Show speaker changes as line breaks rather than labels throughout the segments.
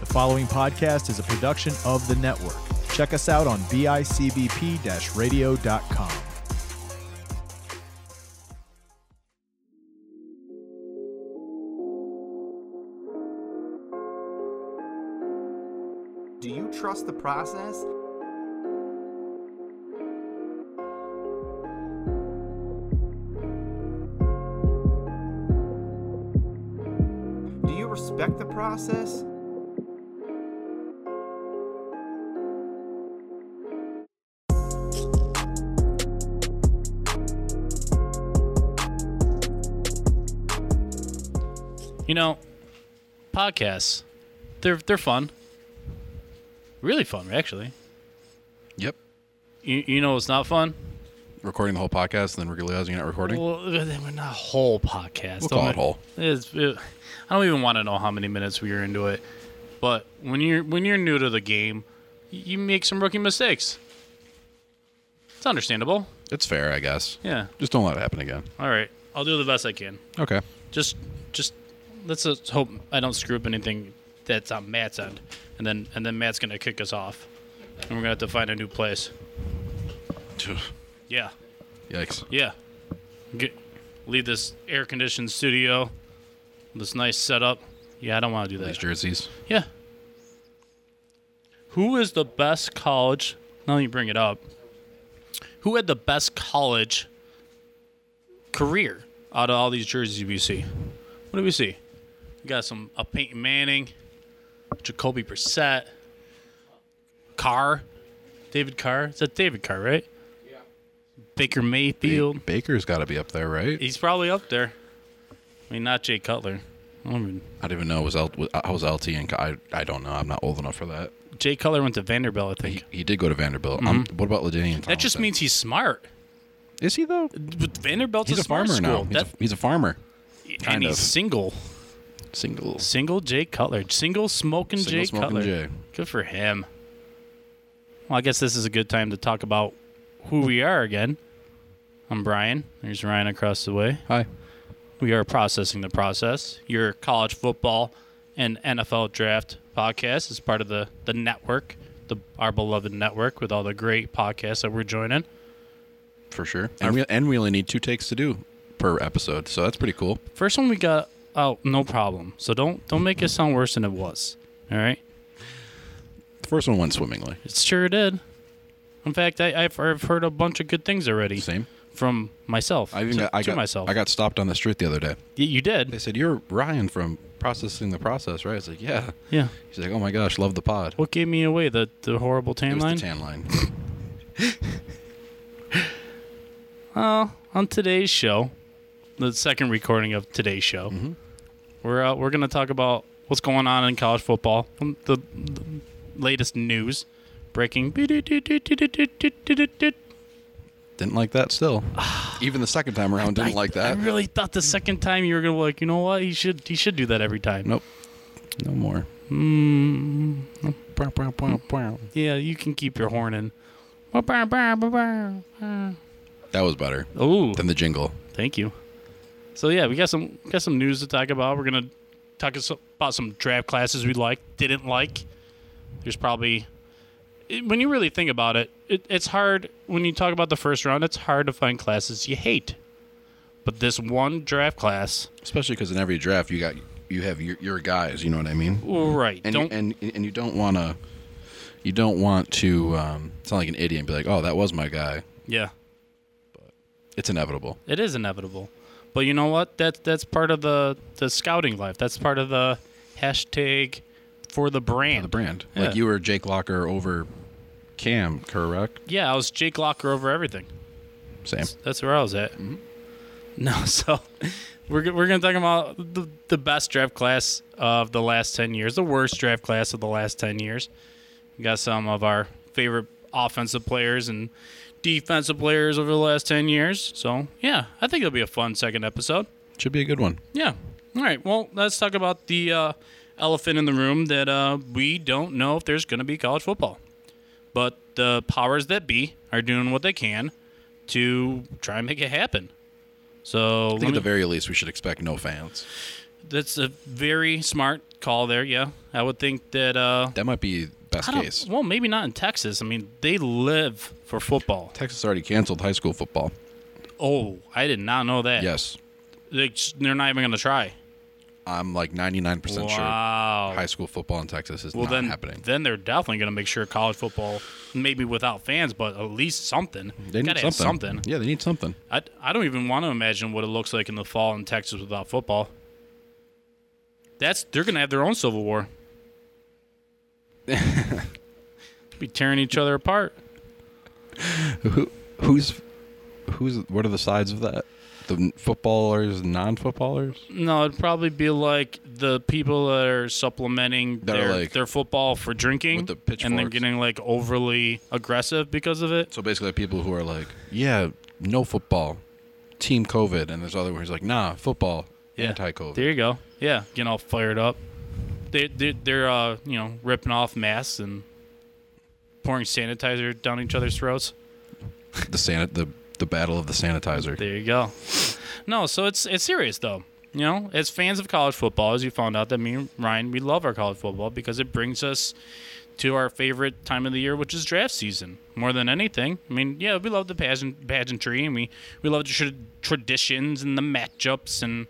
The following podcast is a production of the network. Check us out on bicbp radio.com.
Do you trust the process? Do you respect the process?
You know, podcasts, they're they're fun. Really fun, actually.
Yep.
You, you know it's not fun?
Recording the whole podcast and then realizing you're not recording.
Well, we're not a whole podcast.
We'll call it whole.
It's, it- I don't even want to know how many minutes we are into it. But when you're when you're new to the game, y- you make some rookie mistakes. It's understandable.
it's fair, I guess.
Yeah.
Just don't let it happen again.
All right. I'll do the best I can.
Okay.
Just just let's just hope I don't screw up anything that's on Matt's end, and then and then Matt's gonna kick us off, and we're gonna have to find a new place. Yeah.
Yikes.
Yeah. Get, leave this air conditioned studio, this nice setup. Yeah, I don't want to do
These
that.
jerseys.
Yeah. Who is the best college? Now you bring it up. Who had the best college career out of all these jerseys we see? What do we see? We got some a Peyton Manning, Jacoby Brissett, Carr, David Carr. Is that David Carr, right? Yeah. Baker Mayfield.
Baker's got to be up there, right?
He's probably up there. I mean, not Jay Cutler. I mean,
I don't even know. Was L- was- I was LT and I, I don't know. I'm not old enough for that.
Jay Cutler went to Vanderbilt, I think.
He, he did go to Vanderbilt. Um, what about Ladainian?
Mm-hmm. That just means he's smart.
is he though?
But Vanderbilt's
He's a,
smart
farmer now.
school.
He's,
That-
a, he's a farmer.
and
kind
he's
of.
single.
Single.
Single Jay Cutler. Single smoking
Single
Jay
smoking
Cutler.
Jay.
Good for him. Well, I guess this is a good time to talk about who we are again. I'm Brian. There's Ryan across the way.
Hi.
We are processing the process. Your college football and NFL draft podcast is part of the the network, the our beloved network with all the great podcasts that we're joining.
For sure. And we and we only need two takes to do per episode, so that's pretty cool.
First one we got out, no problem. So don't don't make it sound worse than it was. All right.
The first one went swimmingly.
It sure did. In fact, I, I've, I've heard a bunch of good things already
Same.
from myself.
I even
to,
got, I
to
got
myself.
I got stopped on the street the other day.
Y- you
They
did.
said you're Ryan from Processing the Process, right? I was like, yeah.
Yeah.
He's like, oh my gosh, love the pod.
What gave me away? The the horrible
It
tan
was
line.
the tan line.
On today's show, the second recording of today's show,
Mm-hmm.
we're uh, we're gonna talk about what's going on in college football, um, the, the latest news, breaking.
didn't like that still. Even the second time around, didn't like that.
I really thought the second time you were gonna be like, you know what? He should he should do that every time.
nope. No more.
Hmm.
Bow, bow, bow, bow.
Yeah, you can keep your horn in. Oh,
That was better than the jingle.
thank you. So yeah, we got some got some news to talk about. We're gonna talk us- about some draft classes we like, didn't like. There's probably it- when you really think about it, it, it's hard when you talk about the first round. It's hard to find classes you hate, but this one draft class,
Especially because in every draft, you got you have your, your guys. You know what I mean?
right?
Mm-hmm. And you,
don't
and and you don't want to. You don't want to um, sound like an idiot and be like, "Oh, that was my guy."
yeah.
It's inevitable.
It is inevitable. But you know what? That that's part of the the scouting life. That's part of the hashtag for the brand.
The brand,
Yeah.
like you were Jake Locker over Cam, correct?
Yeah, I was Jake Locker over everything.
Same.
That's where I was at. No, so we're go- we're gonna talk about the the best draft class of the last ten years, the worst draft class of the last ten years. We got some of our favorite offensive players and defensive players over the last ten years. So yeah, I think it'll be a fun second episode.
Should be a good one.
Yeah. All right. Well, let's talk about the uh, elephant in the room that uh, we don't know if there's going to be college football. But the powers that be are doing what they can to try and make it happen. So
I think
let
at
me-
the very least, we should expect no fans.
that's a very smart call there. Yeah, I would think that. Uh,
That might be best
I don't-
case.
Well, maybe not in Texas. I mean, they live for football.
Texas already canceled high school football.
Oh, I did not know that.
Yes,
They, they're not even going to try.
I'm like 99 percent sure
Wow.
high school football in Texas is
Well,
not
then,
happening.
then they're definitely going to make sure college football, maybe without fans, but at least something.
They need
Gotta
something.
have something.
Yeah, they need something.
I, I don't even want to imagine what it looks like in the fall in Texas without football. That's they're gonna have their own civil war. Be tearing each other apart.
Who, who's, who's? What are the sides of that? The footballers, non-footballers.
No, it'd probably be like the people that are supplementing
That are
their,
like-
their football for drinking
With the
and then
pitchforks.
getting like overly aggressive because of it.
So basically, people who are like, yeah, no football, team COVID, and there's other ones like, nah, football,
Yeah.
anti-COVID.
There you go. Yeah, getting all fired up. They they they're uh, you know, ripping off masks and pouring sanitizer down each other's throats.
The sanit, the the battle of the sanitizer.
There you go. No, so it's it's serious though. You know, as fans of college football, as you found out that me and Ryan, we love our college football because it brings us to our favorite time of the year, which is draft season. More than anything, I mean, yeah, we love the pageant pageantry, and we we love the tra- traditions and the matchups and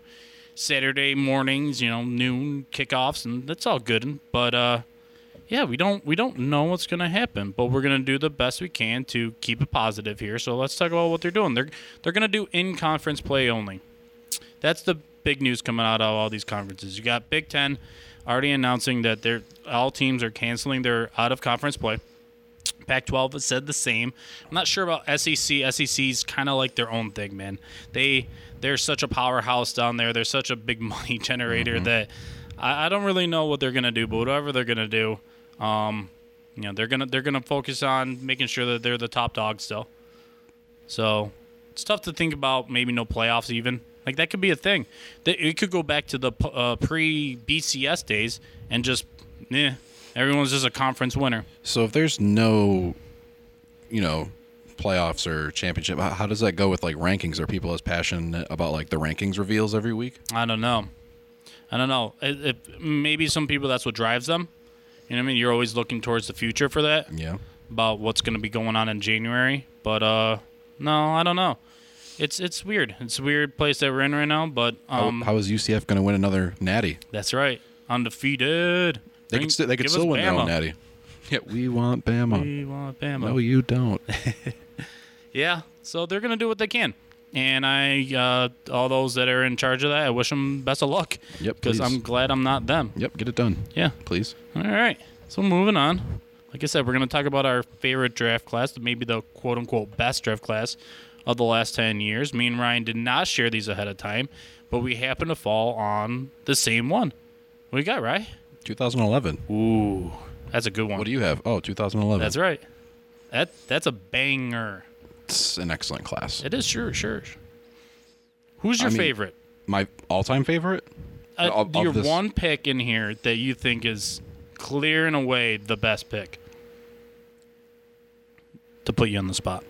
Saturday mornings, you know, noon kickoffs, and that's all good. But uh, yeah, we don't we don't know what's going to happen, but we're going to do the best we can to keep it positive here. So let's talk about what they're doing. They're they're going to do in conference play only. That's the big news coming out of all these conferences. You got Big 10 already announcing that they're all teams are canceling their out of conference play. Pac-12 has said the same. I'm not sure about E SEC. SEC's kind of like their own thing, man. They they're such a powerhouse down there. They're such a big money generator that I, I don't really know what they're gonna do, but whatever they're gonna do, um, you know, they're gonna they're gonna focus on making sure that they're the top dog still. So it's tough to think about maybe no playoffs even. Like that could be a thing. That it could go back to the uh, pre BCS days and just, eh, everyone's just a conference winner.
So if there's no, you know, playoffs or championship, how, how does that go with like rankings? Are people as passionate about like the rankings reveals every week?
I don't know. I don't know. It, it, maybe some people that's what drives them. You know what I mean? You're always looking towards the future for that
Yeah.
about what's going to be going on in January. But uh, no, I don't know. It's it's weird. It's a weird place that we're in right now. But um,
how is UCF going to win another Natty?
that's right. Undefeated.
They
Bring-
could still they could
give us
still win their
Bama. Mm.
own Natty. Yeah, we want Bama.
We want Bama.
No, you don't.
Yeah, so they're gonna do what they can, and I, uh, all those that are in charge of that, I wish them best of luck.
Yep,
Because
please.
I'm glad I'm not them.
Yep, get it done,
Yeah.
please.
All right. So moving on. Like I said, we're gonna talk about our favorite draft class, maybe the quote unquote best draft class of the last ten years. Me and Ryan did not share these ahead of time, but we happened to fall on the same one. What you got, Ryan?
2011.
Ooh, that's a good one.
What do you have? Oh, 2011.
that's right. That that's a banger.
That's an excellent class.
It is sure, sure. Who's your
I mean-
favorite?
My all-time favorite?
uh,
of- of
your
this-
one pick in here that you think is clear and away the best pick to put you on the spot.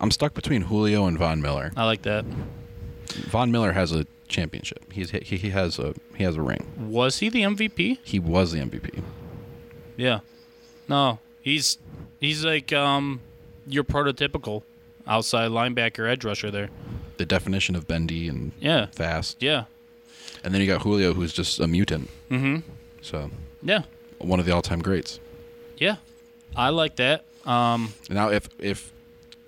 I'm stuck between Julio and Von Miller.
I like that.
Von Miller has a championship. He's he, he has a he has a ring.
Was he the MVP?
He was the MVP.
Yeah. No, he's he's like um your prototypical outside linebacker edge rusher there.
The definition of bendy and
Yeah.
fast.
Yeah.
And then you got Julio, who's just a mutant. Mm-hmm. So
Yeah.
one of the all-time greats.
Yeah. I like that. Um
Now, if if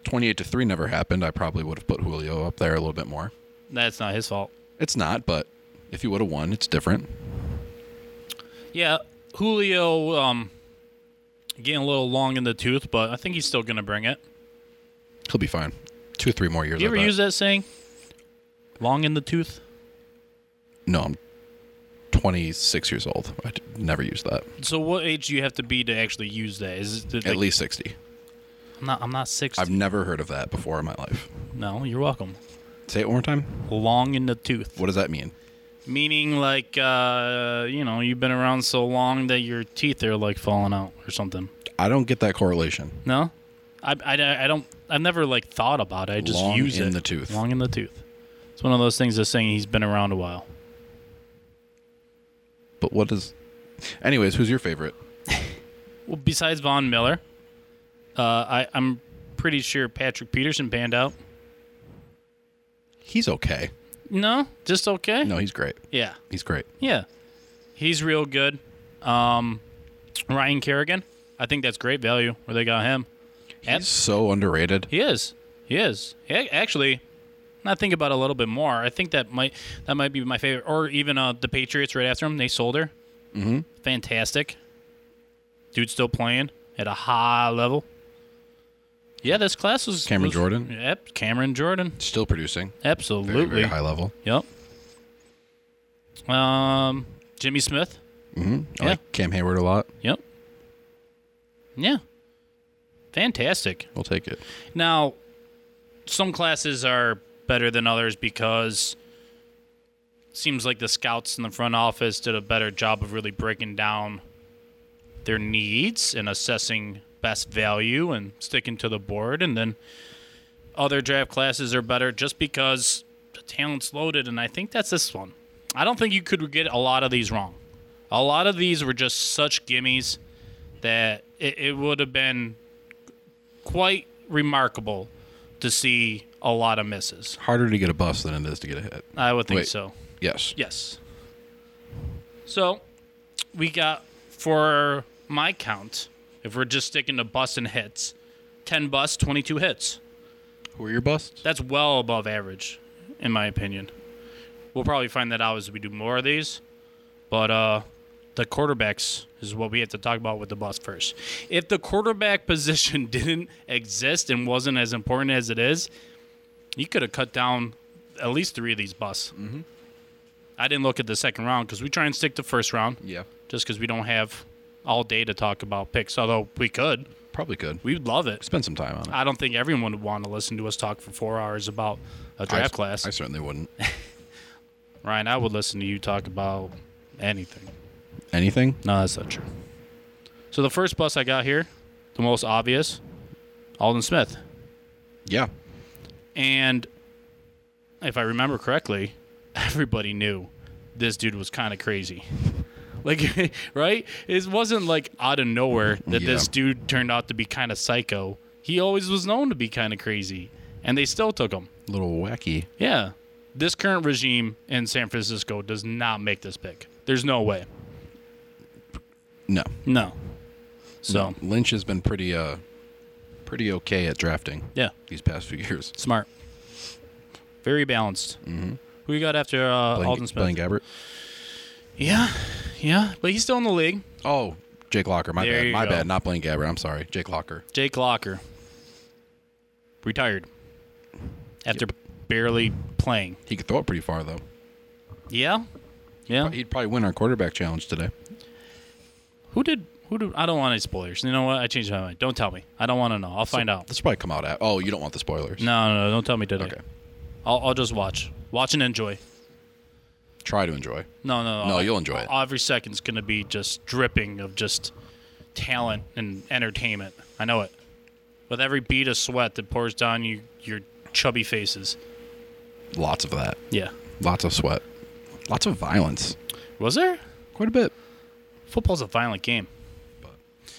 28 to three never happened, I probably would have put Julio up there a little bit more.
that's not his fault.
It's not, but if he would have won, it's different.
Yeah, Julio um getting a little long in the tooth, but I think he's still going to bring it.
He'll be fine. Two or three more years.
Do you
I
ever
bet.
use that saying? Long in the tooth.
No, I'm 26 years old. I d- never use that.
So what age do you have to be to actually use that? Is it
At least 60.
I'm not, I'm not 60.
I've never heard of that before in my life.
no, you're welcome.
Say it one more time.
Long in the tooth.
What does that mean?
Meaning like uh, you know, you've been around so long that your teeth are like falling out or something.
I don't get that correlation.
No? I, I, I don't. I've never like thought about it. I just
Long
use
in
it.
the tooth.
Long in the tooth. It's one of those things that's saying he's been around a while.
But what is? Anyways, who's your favorite?
Well, besides Von Miller, uh, I, I'm pretty sure Patrick Peterson panned out.
He's okay.
No, just okay.
No, he's great.
Yeah,
He's great.
yeah, he's real good. Um, Ryan Kerrigan, I think that's great value where they got him. And-
He's so underrated.
He is. He is. He, ac- actually, now I think about it a little bit more. I think that might that might be my favorite, or even uh, the Patriots right after him. They sold her. Mm-hmm. Fantastic. Dude's still playing at a high level. Yeah, this class was
Cameron
was-
Jordan?
Yep, Cameron Jordan.
Still producing. Very,
Absolutely.
very high level.
Yep. Um, Jimmy Smith.
I
Yeah.
like Cam Hayward a lot.
Yep. Yeah. Fantastic.
We'll take it.
Now, some classes are better than others because it seems like the scouts in the front office did a better job of really breaking down their needs and assessing best value and sticking to the board. And then other draft classes are better just because the talent's loaded. And I think that's this one. I don't think you could get a lot of these wrong. A lot of these were just such gimmies that it, it would have been quite remarkable to see a lot of misses.
Harder to get a bust than it is to get a hit.
I would think
Wait.
so.
Yes.
Yes. So we got for my count, if we're just sticking to busts and hits, ten busts, twenty two hits.
Who are your busts?
That's well above average, in my opinion. We'll probably find that out as we do more of these. But uh the quarterbacks is what we have to talk about with the bust first. If the quarterback position didn't exist and wasn't as important as it is, you could have cut down at least three of these busts. Mm-hmm. I didn't look at the second round because we try and stick to first round
Yeah.
just because we don't have all day to talk about picks. Although we could,
Probably could. We
we'd love it.
spend some time on it.
I don't think everyone would want to listen to us talk for four hours about a draft
I-
class.
I certainly wouldn't.
Ryan, I would listen to you talk about anything.
Anything?
No, that's not true. So the first bus I got here, the most obvious, Alden Smith.
Yeah.
And if I remember correctly, everybody knew this dude was kind of crazy. Like, right? It wasn't like out of nowhere that
Yeah.
this dude turned out to be kind of psycho. He always was known to be kind of crazy, and they still took him.
A little wacky.
Yeah. This current regime in San Francisco does not make this pick. There's no way.
No.
No. So,
Lynch has been pretty uh pretty okay at drafting
yeah.
these past few years.
Smart. Very balanced. Mm-hmm. Who you got after uh,
Blaine,
Alden Smith?
Blaine Gabbert.
Yeah, yeah, but he's still in the league.
Oh, Jake Locker. My
There
bad.
you
My
go.
bad. Not Blaine Gabbert. I'm sorry. Jake Locker.
Jake Locker retired after barely playing.
He could throw it pretty far though.
Yeah, yeah.
He'd probably win our quarterback challenge today.
Who did? Who did? I don't want any spoilers. You know what? I changed my mind. Don't tell me. I don't want to know. I'll find out.
This will probably come out at. Oh, you don't want the spoilers.
No, no, no, don't tell me today.
Okay.
I'll, I'll just watch, watch and enjoy.
Try to enjoy.
No, no, no.
No, you'll enjoy it.
Every second's gonna be just dripping of just talent and entertainment. I know it. With every bead of sweat that pours down you, your chubby faces.
Lots of that.
Yeah.
Lots of sweat. Lots of violence.
Was there?
Quite a bit.
Football's a violent game.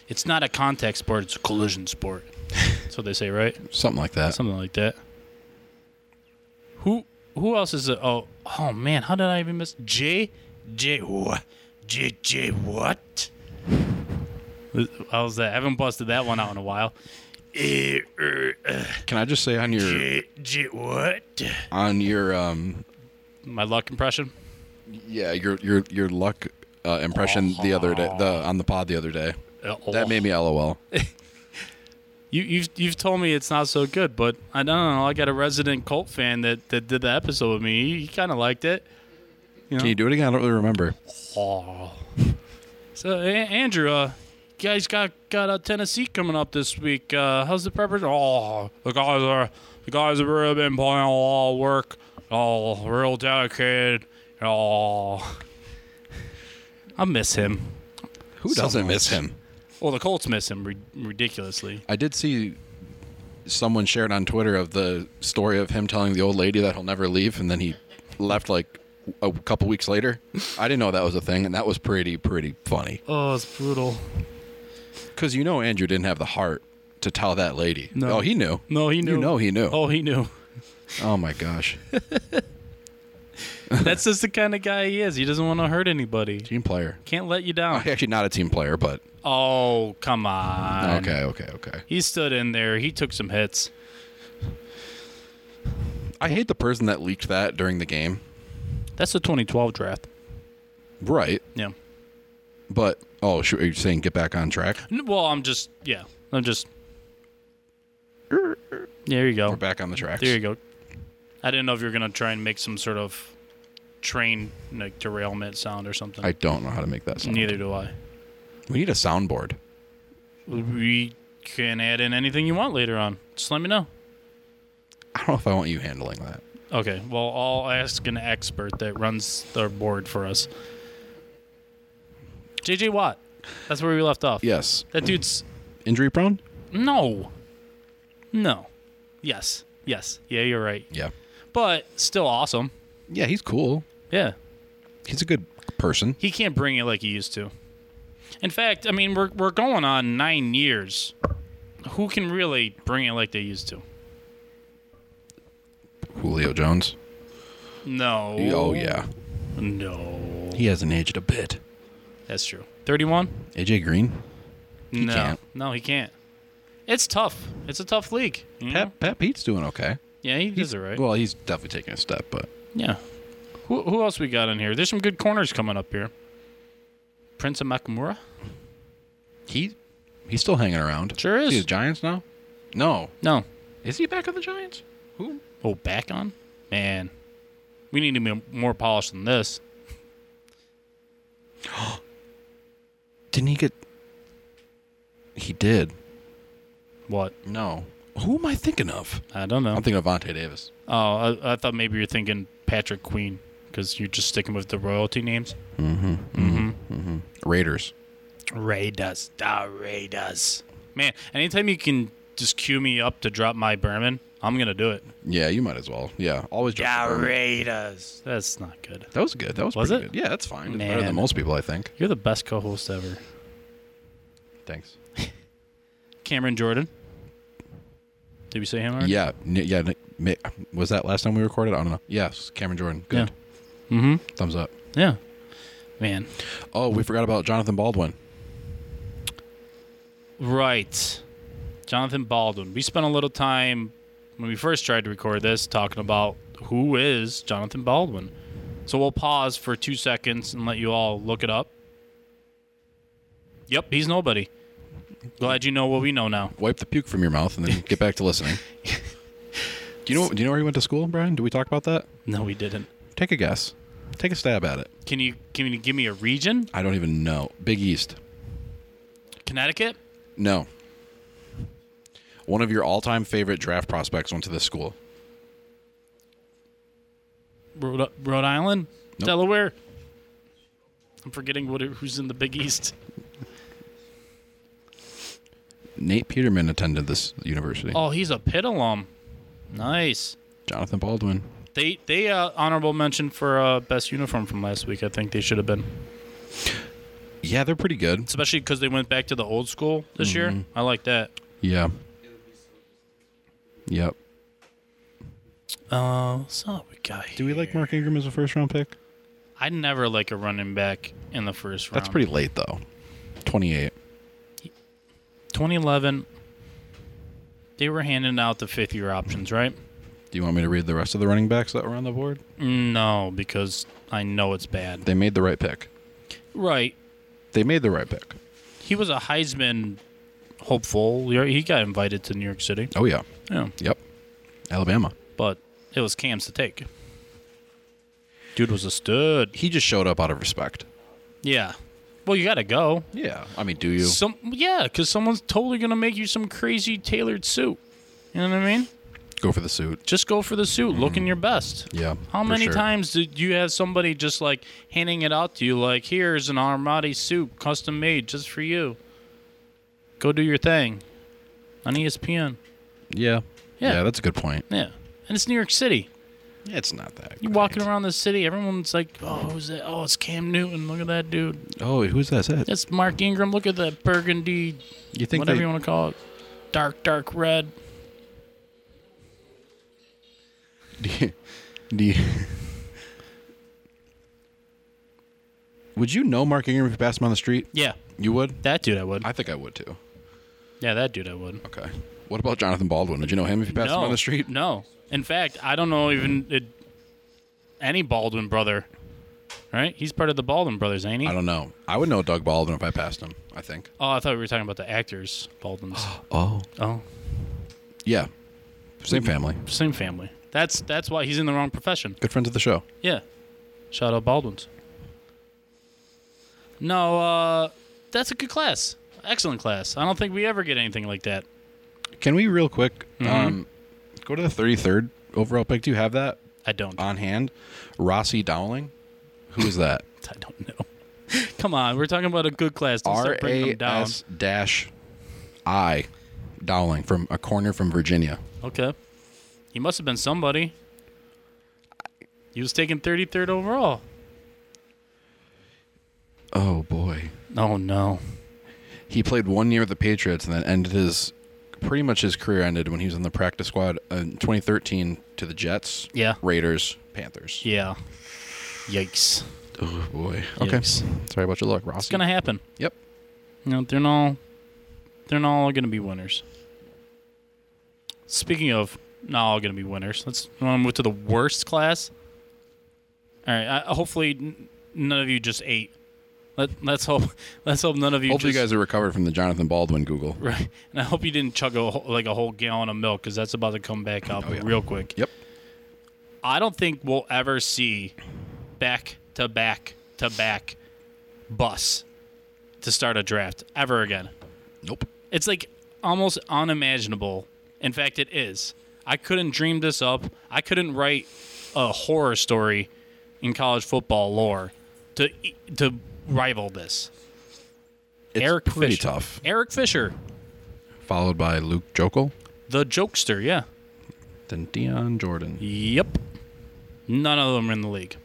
It's not a contact sport, it's a collision sport. That's what they say, right?
Something like that.
Something like that. Who who else is it? Oh, oh man, how did I even miss J J what? J J what? How was that? I haven't busted that one out in a while. Eh, er, uh,
Can I just say on your
J J what?
on your um
My luck impression.
yeah your your your luck uh, impression the other day the on the pod the other day that made me lol.
Oh. You, you've you've told me it's not so good, but I don't know. I got a resident Colt fan that, that did the episode with me. He, he kind of liked it.
Can you do it again? I don't really remember.
Oh. So, a- Andrew, uh, you guys got got uh, Tennessee coming up this week. Uh, how's the preparation? Oh, the guys are the guys have really been putting a lot of work. Oh, real dedicated. Oh, I miss him.
Who doesn't miss him?
Well, the Colts miss him rid- ridiculously.
I did see someone shared on Twitter of the story of him telling the old lady that he'll never leave, and then he left like a couple weeks later. I didn't know that was a thing, and that was pretty pretty funny
Oh, it's brutal.
because you know Andrew didn't have the heart to tell that lady.
No.
Oh, he knew.
No, he knew.
You know he knew.
Oh, he knew.
oh my gosh,
That's just the kind of guy he is. He doesn't want to hurt anybody.
team player.
Can't let you down.
Actually, not a team player, but
Oh, come on.
okay, okay, okay.
He stood in there. He took some hits.
I hate the person that leaked that during the game.
That's the 2012 draft.
Right,
Yeah.
but oh, shoot, are you saying get back on track?
N- Well, I'm just yeah. I'm just. There you
We're
go.
back on the tracks.
There you go. I didn't know if you were gonna try and make some sort of train like derailment sound or something.
I don't know how to make that sound.
Neither do I.
We need a soundboard.
We can add in anything you want later on. Just let me know.
I don't know if I want you handling that.
Okay. Well, I'll ask an expert that runs the board for us. JJ Watt. That's where we left off.
Yes.
That dude's
Injury prone?
no. No. Yes. Yes. Yeah, you're right.
Yeah.
But still awesome.
Yeah, he's cool.
Yeah.
He's a good person.
He can't bring it like he used to. In fact, I mean, we're, we're going on nine years. Who can really bring it like they used to?
Julio Jones.
No.
Oh, yeah.
No.
He hasn't aged a bit.
That's true. 31?
AJ Green?
no.
can't.
No, he can't. It's tough. It's a tough league. you know?
Pat, Pat Pete's doing okay.
Yeah, he does it right.
Well, he's definitely taking a step, but
yeah. Who, who else we got in here? There's some good corners coming up here. Prince of Makamura?
he he's still hanging around.
Sure is.
He's Giants now? No.
No.
Is he back on the Giants? Who?
Oh, back on? Man. We need to be more polished than this.
Didn't he get He did.
What?
No. Who am I thinking of?
I don't know.
I'm thinking of Vontae Davis.
Oh, I, I thought maybe you're thinking Patrick Queen because you're just sticking with the royalty names.
Raiders.
Raiders, the Raiders. Man, anytime you can just cue me up to drop my Berman, I'm gonna do it.
Yeah, you might as well. Yeah, always. drop the burn.
Raiders. That's not good.
That was good. That was,
Was
pretty
it?
Good. Yeah, that's fine. It's better
Man.
than most people, I think.
You're the best co-host ever,
Thanks.
Cameron Jordan. Did we say him already?
Yeah, n- yeah. Nick, ma- was that last time we recorded? I don't know. Yes, Cameron Jordan. Good. Mm-hmm. Thumbs up.
Yeah. Man.
Oh, we forgot about Jonathan Baldwin.
Right. Jonathan Baldwin. We spent a little time when we first tried to record this talking about who is Jonathan Baldwin. So we'll pause for two seconds and let you all look it up. Yep, he's nobody. Glad you know what we know now.
Wipe the puke from your mouth and then get back to listening. do you know? Do you know where he went to school, Brian? Did we talk about that?
No, we didn't.
Take a guess. Take a stab at it.
Can you can you give me a region?
I don't even know. Big East.
Connecticut?
No. One of your all-time favorite draft prospects went to this school.
Rhode, Rhode Island?
Nope.
Delaware? I'm forgetting what it- who's in the Big East.
Nate Peterman attended this university.
Oh, he's a Pitt alum. Nice.
Jonathan Baldwin.
They they uh, honorable mention for uh, best uniform from last week. I think they should have been,
Yeah, they're pretty good.
especially because they went back to the old school this year. I like that.
Yeah. Yep.
Uh, so we got.
Do we like Mark Ingram as a first round pick?
I never like a running back in the first round.
That's pretty late though. Twenty eight.
2011. They were handing out the fifth year options, right?
Do you want me to read the rest of the running backs that were on the board?
No, because I know it's bad.
They made the right pick.
Right.
They made the right pick.
He was a Heisman hopeful. He got invited to New York City.
Oh yeah.
Yeah.
Yep. Alabama.
But it was Cam's to take. Dude was a stud.
He just showed up out of respect.
Yeah. Well, you got to go.
Yeah. I mean, do you?
Some, yeah, because someone's totally going to make you some crazy tailored suit. You know what I mean?
Go for the suit.
Just go for the suit. Looking your best.
Mm-hmm. Yeah.
How
for
many
sure.
times did you have somebody just like handing it out to you, like, here's an Armani suit E custom made just for you? Go do your thing on ESPN.
Yeah.
Yeah.
Yeah, that's a good point.
Yeah. And it's New York City.
It's not that.
You walking around the city, everyone's like, "Oh, who's that? Oh, it's Cam Newton. Look at that dude.
Oh, who's that? Is that-
That's Mark Ingram. Look at that burgundy,
You think
whatever
they-
you want to call it, dark, dark red."
Do you, do you- would you know Mark Ingram if you passed him on the street?
Yeah,
You would.
that dude I would.
I think I would too.
yeah, that dude I would.
Okay. What about Jonathan Baldwin? Did you know him if you passed
no,
him on the street?
No. In fact, I don't know even it, any Baldwin brother. Right? He's part of the Baldwin brothers, ain't he?
I don't know. I would know Doug Baldwin if I passed him. I think.
oh, I thought we were talking about the actors, Baldwins.
Oh.
oh,
Yeah. Same family.
same family. That's that's why he's in the wrong profession.
Good friends of the show.
Yeah. Shout out Baldwin's. No, uh, that's a good class. Excellent class. I don't think we ever get anything like that.
Can we real quick
Mm-hmm.
um, go to the 33rd overall pick? Do you have that
I don't.
on hand? Rossi Dowling. Who is that?
I don't know. Come on, we're talking about a good class. Don't
R
start bringing
A
them down.
S dash I Dowling from a corner from Virginia.
Okay. He must have been somebody. He was taken 33rd overall.
Oh boy.
Oh, no.
He played one year with the Patriots and then ended his pretty much his career ended when he was on the practice squad in 2013 to the Jets,
Yeah.
Raiders, Panthers.
Yeah. Yikes.
Oh boy. Okay.
Yikes.
Sorry about your luck, Ross.
It's going to happen.
Yep.
You know, they're not they're not all gonna be winners. Speaking of not all gonna be winners, let's want to move to the worst class. All right, I, hopefully n- none of you just ate. Let let's hope let's hope none of you.
Hopefully, you
just,
guys are recovered from the Jonathan Baldwin Google.
Right, and I hope you didn't chug a whole, like a whole gallon of milk because that's about to come back up
Oh, yeah.
real quick.
Yep.
I don't think we'll ever see back to back to back bus to start a draft ever again.
Nope.
It's like almost unimaginable. In fact, it is. I couldn't dream this up. I couldn't write a horror story in college football lore to e, to rival this.
It's
Eric
pretty
Fisher.
tough.
Eric Fisher,
Followed by Luke Jokel,
the jokester, yeah.
then Dion Jordan.
Yep. None of them are in the league.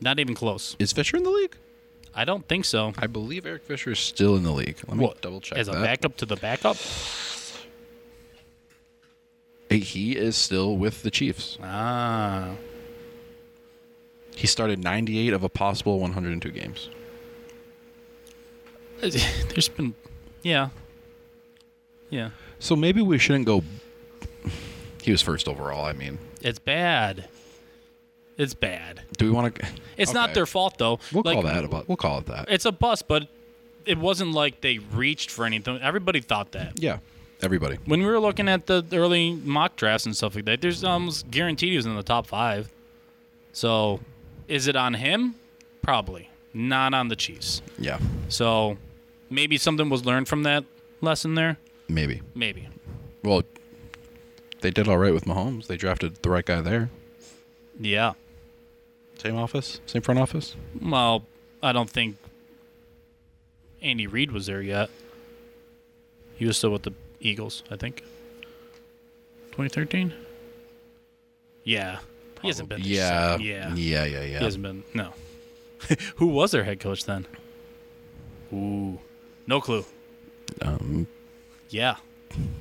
Not even close.
Is Fisher in the league?
I don't think so.
I believe Eric Fisher is still in the league. Let me
What,
double check
As a
that.
backup to the backup?
He is still with the Chiefs.
Ah.
He started 98 of a possible 102 games.
There's been yeah. Yeah.
So maybe we shouldn't go. He was first overall. I mean,
It's bad. It's bad.
do we want to?
It's not their fault though.
We'll
like,
call that. About, we'll call it that.
It's a bust, but it wasn't like they reached for anything. Everybody thought that.
yeah. Everybody.
When we were looking at the early mock drafts and stuff like that, there's almost guaranteed he was in the top five. So, is it on him? Probably not on the Chiefs.
Yeah.
So, maybe something was learned from that lesson there.
Maybe.
Maybe.
Well, they did all right with Mahomes. They drafted the right guy there.
Yeah.
Same office. Same front office.
Well, I don't think Andy Reid was there yet. He was still with the Eagles, I think. 2013? Yeah. He hasn't been. there
Yeah.
since- Yeah.
Yeah. Yeah. Yeah.
He hasn't been. No. Who was their head coach then? Ooh. No clue.
Um,
Yeah.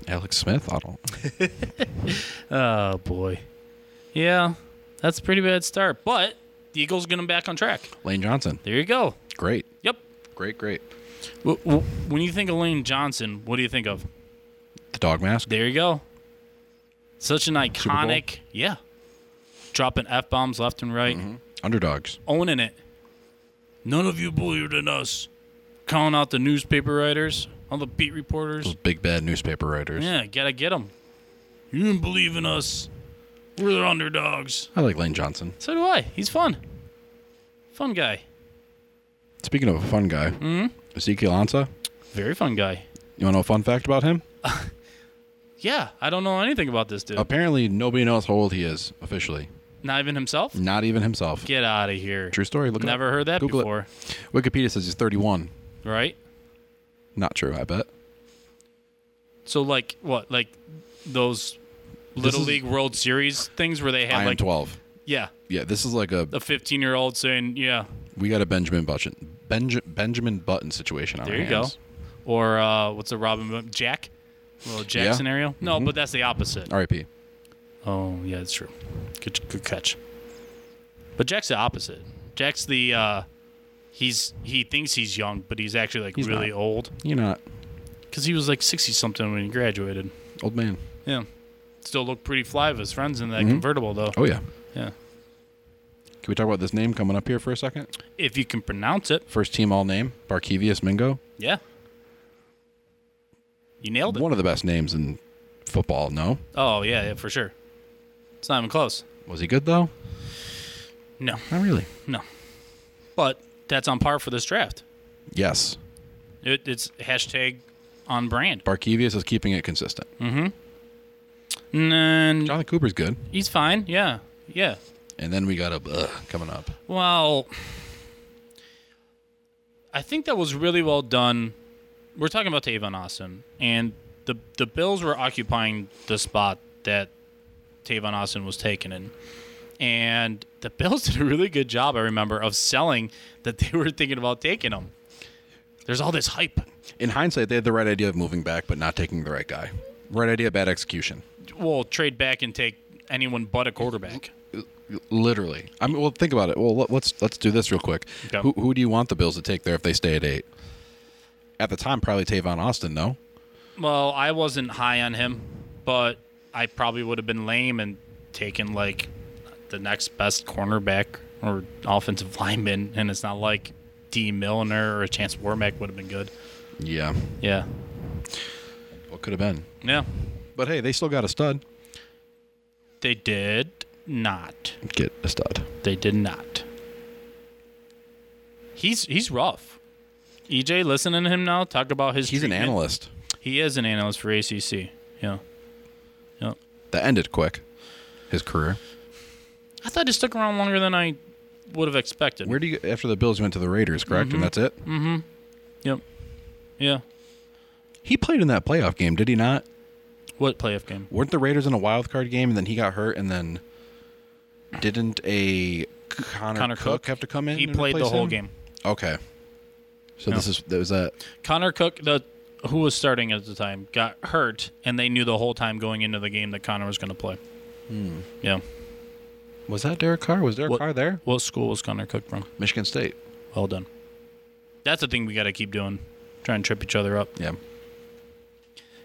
Alex Smith. I don't.
Oh, boy. Yeah. That's a pretty bad start, but the Eagles get him back on track.
Lane Johnson.
There you go.
Great.
Yep.
Great. Great.
W- w- When you think of Lane Johnson, what do you think of?
The dog mask.
There you go. Such an
Bowl?
iconic, yeah. Dropping f bombs left and right,
Underdogs.
owning it. None of you believed in us. Calling out the newspaper writers, all the beat
Those
reporters.
big bad newspaper writers.
Yeah, gotta get them. You didn't believe in us. We're the underdogs.
I like Lane Johnson.
So do I. He's fun. Fun guy.
Speaking of a fun guy,
Mm-hmm.
Ezekiel Ansah.
Very fun guy.
You want to know a fun fact about him?
Yeah, I don't know anything about this dude.
Apparently, nobody knows how old he is officially.
Not even himself?
Not even himself.
Get out of here.
True story. Look it
Never
up.
heard that
Google it.
before.
Wikipedia says he's 31.
Right?
Not true, I bet.
So like what? Like those Little
is-
League World Series things where they
I
had
am
like
12.
yeah,
Yeah, this is like a
the 15 year old saying yeah,
we got a Benjamin Button Benj- Benjamin Button situation on
there
our
you go,
hands.
or uh, what's the Robin Jack, little Jack
Yeah. Mm-hmm.
scenario? No, but that's the opposite.
R.I.P.
Oh yeah, that's true. Good, good catch. But Jack's the opposite. Jack's the uh, he's he thinks he's young, but he's actually like
He's
really
not.
old. 'Cause old
You're not
because he was like sixty something when he graduated.
old man.
Yeah, still looked pretty fly with his friends in that convertible though.
Oh yeah.
Yeah,
Can we talk about this name coming up here for a second?
if you can pronounce it.
First team all name Barkevius Mingo.
Yeah, you nailed it.
One of the best names in football. No,
Oh yeah, yeah for sure. It's not even close.
was he good though?
No,
Not really.
no. But that's on par for this draft.
Yes,
It, it's hashtag on brand.
Barkevius is keeping it consistent.
And then
Jonathan Cooper's good,
He's fine. Yeah. Yeah.
and then we got a uh, coming up.
Well, I think that was really well done. We're talking about Tavon Austin, and the the Bills were occupying the spot that Tavon Austin was taken in. And the Bills did a really good job, I remember, of selling that they were thinking about taking him. There's all this hype.
In hindsight, they had the right idea of moving back, but not taking the right guy. Right idea, bad execution.
Well, trade back and take anyone but a quarterback.
Literally. I mean, well, think about it. Well, let- let's let's do this real quick.
Okay.
Who, who do you want the Bills to take there if they stay at eight? At the time, probably Tavon Austin, though.
Well, I wasn't high on him, but I probably would have been lame and taken like the next best cornerback or offensive lineman. And it's not like D. Milliner or a Chance Warmack would have been good.
Yeah.
Yeah.
What could have been?
Yeah.
But hey, they still got a stud.
They did not.
Get a stud.
They did not. He's he's rough. EJ, listening to him now talk about his.
He's an
treatment.
analyst.
He is an analyst for ACC. Yeah. Yeah.
That ended quick. His career.
I thought it stuck around longer than I would have expected.
Where do you after the Bills you went to the Raiders, correct? And that's it.
Yep. Yeah.
He played in that playoff game, did he not?
What playoff game?
Weren't the Raiders in a wild card game, and then he got hurt, and then didn't a Connor,
Connor
Cook,
Cook.
have to come in?
He
and
played the
replace
whole
him?
game.
Okay. So
No.
this is that was that.
Connor Cook, the who was starting at the time, got hurt, and they knew the whole time going into the game that Connor was going to play.
Hmm.
Yeah.
Was that Derek Carr? Was Derek
What-
Carr there?
What school was Connor Cook from?
Michigan State.
Well done. That's the thing we got to keep doing, try and trip each other up.
Yeah,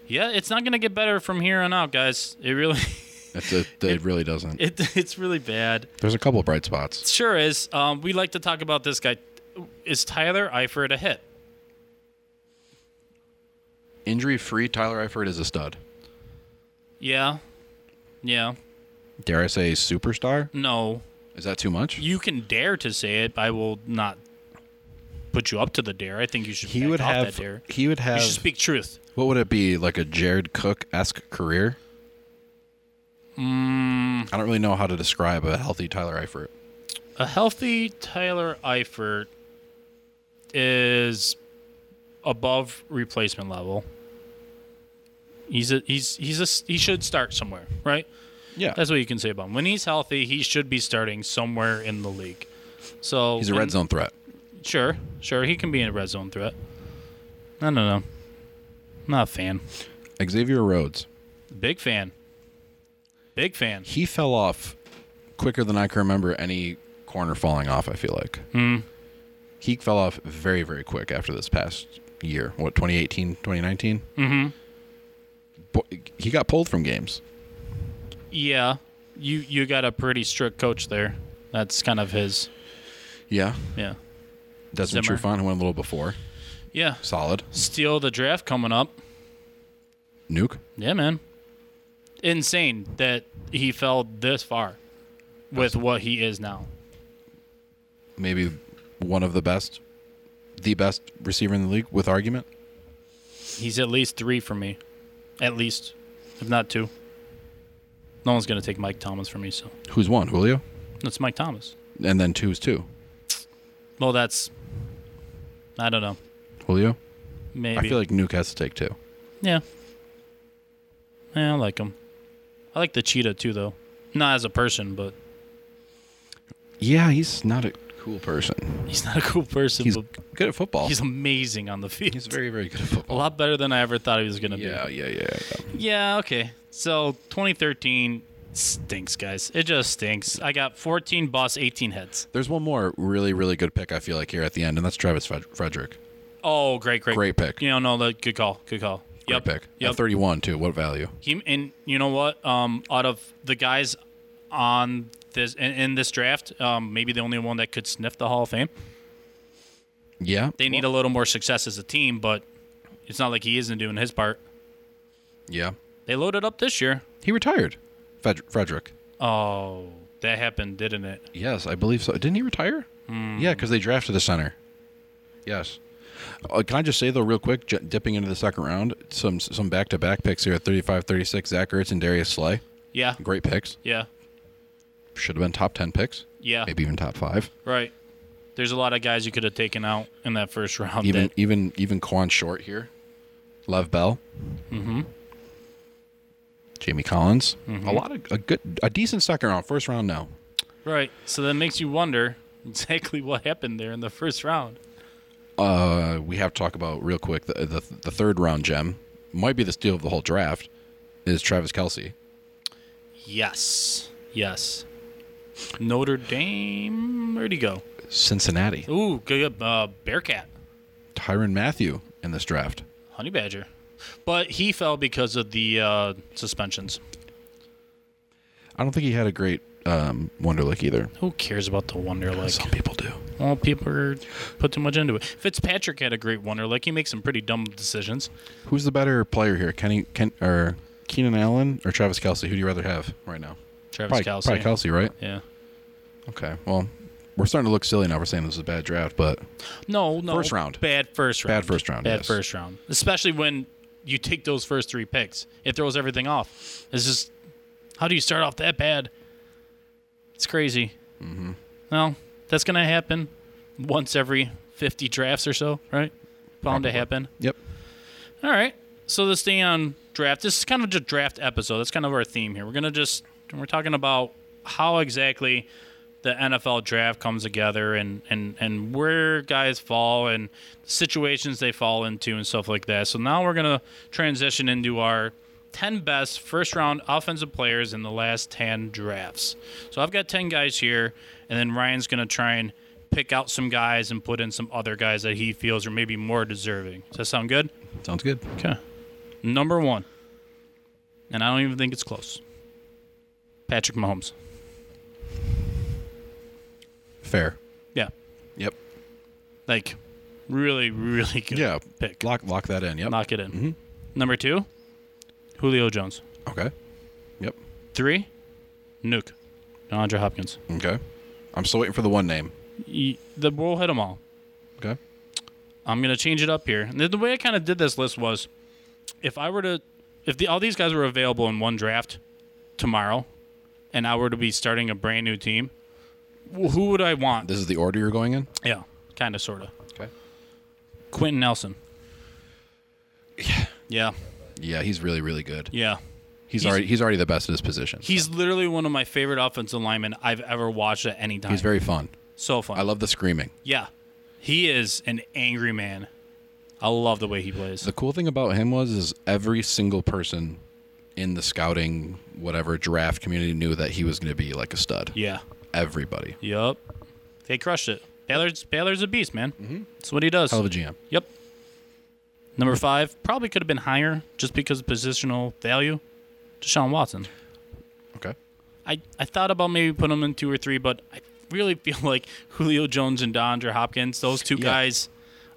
Yeah, it's not going to get better from here on out, guys. It really,
it's a, it, really doesn't.
it, it's really bad.
There's a couple of bright spots.
Sure is. Um, we like to talk about this guy. Is Tyler Eifert a hit?
Injury free. Tyler Eifert is a stud.
Yeah. Yeah.
Dare I say superstar?
No.
Is that too much?
you can dare to say it. I will not put you up to the dare. I think you should.
He
back
would
off
have.
that dare.
He would
You
have.
should speak truth.
what would it be like a Jared Cook esque career? Mm. I don't really know how to describe a healthy Tyler Eifert.
A healthy Tyler Eifert is above replacement level. He's a he's he's a he should start somewhere, right?
Yeah,
That's what you can say about him. When he's healthy, he should be starting somewhere in the league. So
he's a red
when-
zone threat.
Sure, sure, he can be a red zone threat. I don't know. Not a fan.
Xavier Rhodes.
Big fan. Big fan.
he fell off quicker than I can remember any corner falling off. I feel like he fell off very, very quick after this past year. What 2018, 2019? Mm-hmm. he got pulled from games.
Yeah. You you got a pretty strict coach there. That's kind of his.
Yeah,
Yeah.
Desmond
Zimmer.
Trufant, who went a little before,
Yeah.
solid.
Steal the draft coming up.
Nuke.
Yeah, man. Insane that he fell this far with what he is now.
maybe one of the best, the best receiver in the league with argument.
He's at least 3 for me. At least, if not 2. No one's going to take Mike Thomas from me, so.
Who's one? Julio,
It's Mike Thomas.
and then two is two.
Well, that's I don't know.
Julio.
Maybe
I feel like Nuke has to take two.
Yeah. Yeah, I like him. I like the cheetah too, though. Not as a person, but
Yeah, he's not a cool person.
he's not a cool person.
He's
but
good at football.
he's amazing on the field.
He's very, very good at
a
football.
lot better than I ever thought he was gonna
Yeah,
be.
yeah, yeah. yeah.
Yeah. Okay. So 2013 stinks, guys. It just stinks. I got 14 boss, 18 heads.
There's one more really, really good pick I feel like here at the end, and that's Travis Fred- Frederick.
Oh, great, great,
Great pick.
You know, no, that- good call, good call.
Great
Yep.
pick.
Yep.
At 31 too. What value?
He and you know what? Um, out of the guys on this in, in this draft, um, maybe the only one that could sniff the Hall of Fame.
Yeah.
They need a little more success as a team, but it's not like he isn't doing his part.
Yeah.
They loaded up this year.
He retired. Fred- Frederick.
Oh, that happened, didn't it?
Yes, I believe so. Didn't he retire? Yeah, because they drafted a center. Yes. Uh, can I just say though, real quick, j- dipping into the second round, some some back to back picks here at 35, 36, Zach Ertz and Darius Slay.
Yeah,
Great picks.
yeah,
Should have been top ten picks,
yeah.
maybe even top five.
Right. There's a lot of guys you could have taken out in that first round.
Even
that-
even even Quan Short here, Lev Bell, mm-hmm. Jamie Collins. A lot of a good, a decent second round. First round, no.
right. So that makes you wonder exactly what happened there in the first round.
Uh, we have to talk about real quick the, the the third round gem might be the steal of the whole draft is Travis Kelsey.
Yes. Yes. Notre Dame. Where'd he go?
Cincinnati.
Ooh, good. Uh, Bearcat.
Tyron Matthew in this draft.
Honey Badger. But he fell because of the uh, suspensions.
I don't think he had a great um, Wonderlick either.
Who cares about the Wonderlick?
Some people do.
Well, people are put too much into it. Fitzpatrick had a great Wonderlick. He makes some pretty dumb decisions.
Who's the better player here, Kenny Ken, or Keenan Allen or Travis Kelsey? Who do you rather have right now?
Travis
Probably
Kelsey.
probably Kelsey, right?
Yeah.
Okay. Well, we're starting to look silly now. We're saying this is a bad draft, but
No, no.
First round.
Bad first round.
Bad first round,
Bad
yes.
first round. Especially when you take those first three picks. It throws everything off. It's just, how do you start off that bad? It's crazy. Mm-hmm. Well, that's going to happen once every 50 drafts or so, right? Bound to happen.
yep.
All right. So this thing on draft, this is kind of a draft episode. That's kind of our theme here. We're gonna just we're talking about how exactly the NFL draft comes together and and and where guys fall and situations they fall into and stuff like that. So now we're gonna transition into our 10 best first round offensive players in the last 10 drafts. So I've got 10 guys here, and then Ryan's going to try and pick out some guys and put in some other guys that he feels are maybe more deserving. Does that sound good?
Sounds good.
Okay. Number one, and I don't even think it's close. Patrick Mahomes.
Fair.
Yeah.
Yep.
Like, really, really good
Yeah.
pick.
Lock lock that in. Yep.
Knock it in. Number two, Julio Jones.
Okay. Yep.
Three, Nuke. DeAndre Hopkins.
Okay. I'm still waiting for the one name.
Y- The, we'll hit them all.
Okay.
I'm gonna change it up here. And the- the way I kind of did this list was, if I were to, if the, all these guys were available in one draft tomorrow, and I were to be starting a brand new team, wh- who would I want?
This is the order you're going in.
Yeah, kind of, sort of.
Okay.
Quentin Nelson. Yeah.
Yeah, he's really really good.
Yeah.
He's,
He's-
already he's already the best at his position.
He's literally one of my favorite offensive linemen I've ever watched at any time.
he's very fun.
so fun.
I love the screaming.
yeah. He is an angry man. I love the way he plays.
The cool thing about him was is every single person in the scouting whatever draft community knew that he was going to be like a stud.
yeah.
Everybody.
Yep. They crushed it. Baylor's Baylor's a beast, man. Mm-hmm. That's what he does.
Hell of a GM.
Yep. Number five probably could have been higher just because of positional value. Deshaun Watson.
Okay.
I, I thought about maybe putting him in two or three, but I really feel like Julio Jones and DeAndre Hopkins, those two
Yeah.
guys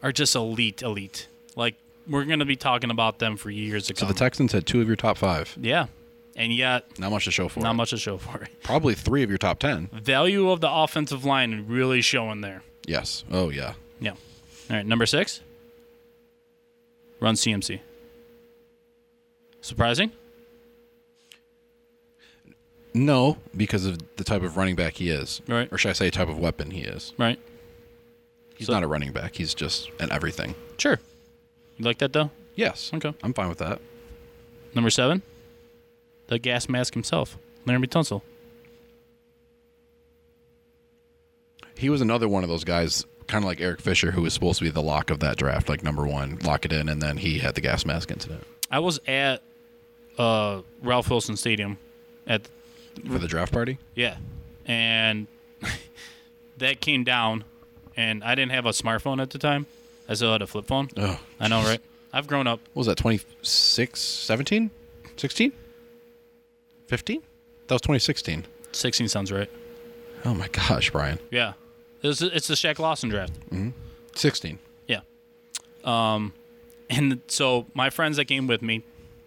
are just elite, elite. Like we're gonna be talking about them for years to
So
come.
the Texans had two of your top 5.
yeah. And yet
Not much to show for.
not
it.
much to show for it.
Probably 3 of your top 10.
Value of the offensive line really showing there.
Yes. Oh yeah.
Yeah. All right, number six. Run CMC. Surprising?
No, because of the type of running back he is.
Right.
Or should I say type of weapon he is.
Right.
He's
So-
not a running back. He's just an everything.
Sure. You like that though?
Yes.
Okay.
I'm fine with that.
Number seven. the gas mask himself, Larry Tunsil.
He was another one of those guys, kind of like Eric Fisher, who was supposed to be the lock of that draft, like number one, lock it in, and then he had the gas mask incident
I was at uh, Ralph Wilson Stadium at
for the draft party.
yeah, and that came down, and I didn't have a smartphone at the time. I still had a flip phone.
Oh,
I know, right? I've grown up.
What was that 26 17 16 15 that was 2016
16 sounds right.
oh my gosh brian
Yeah, it's it's the Shaq Lawson draft.
16
Yeah. Um, and so my friends that came with me,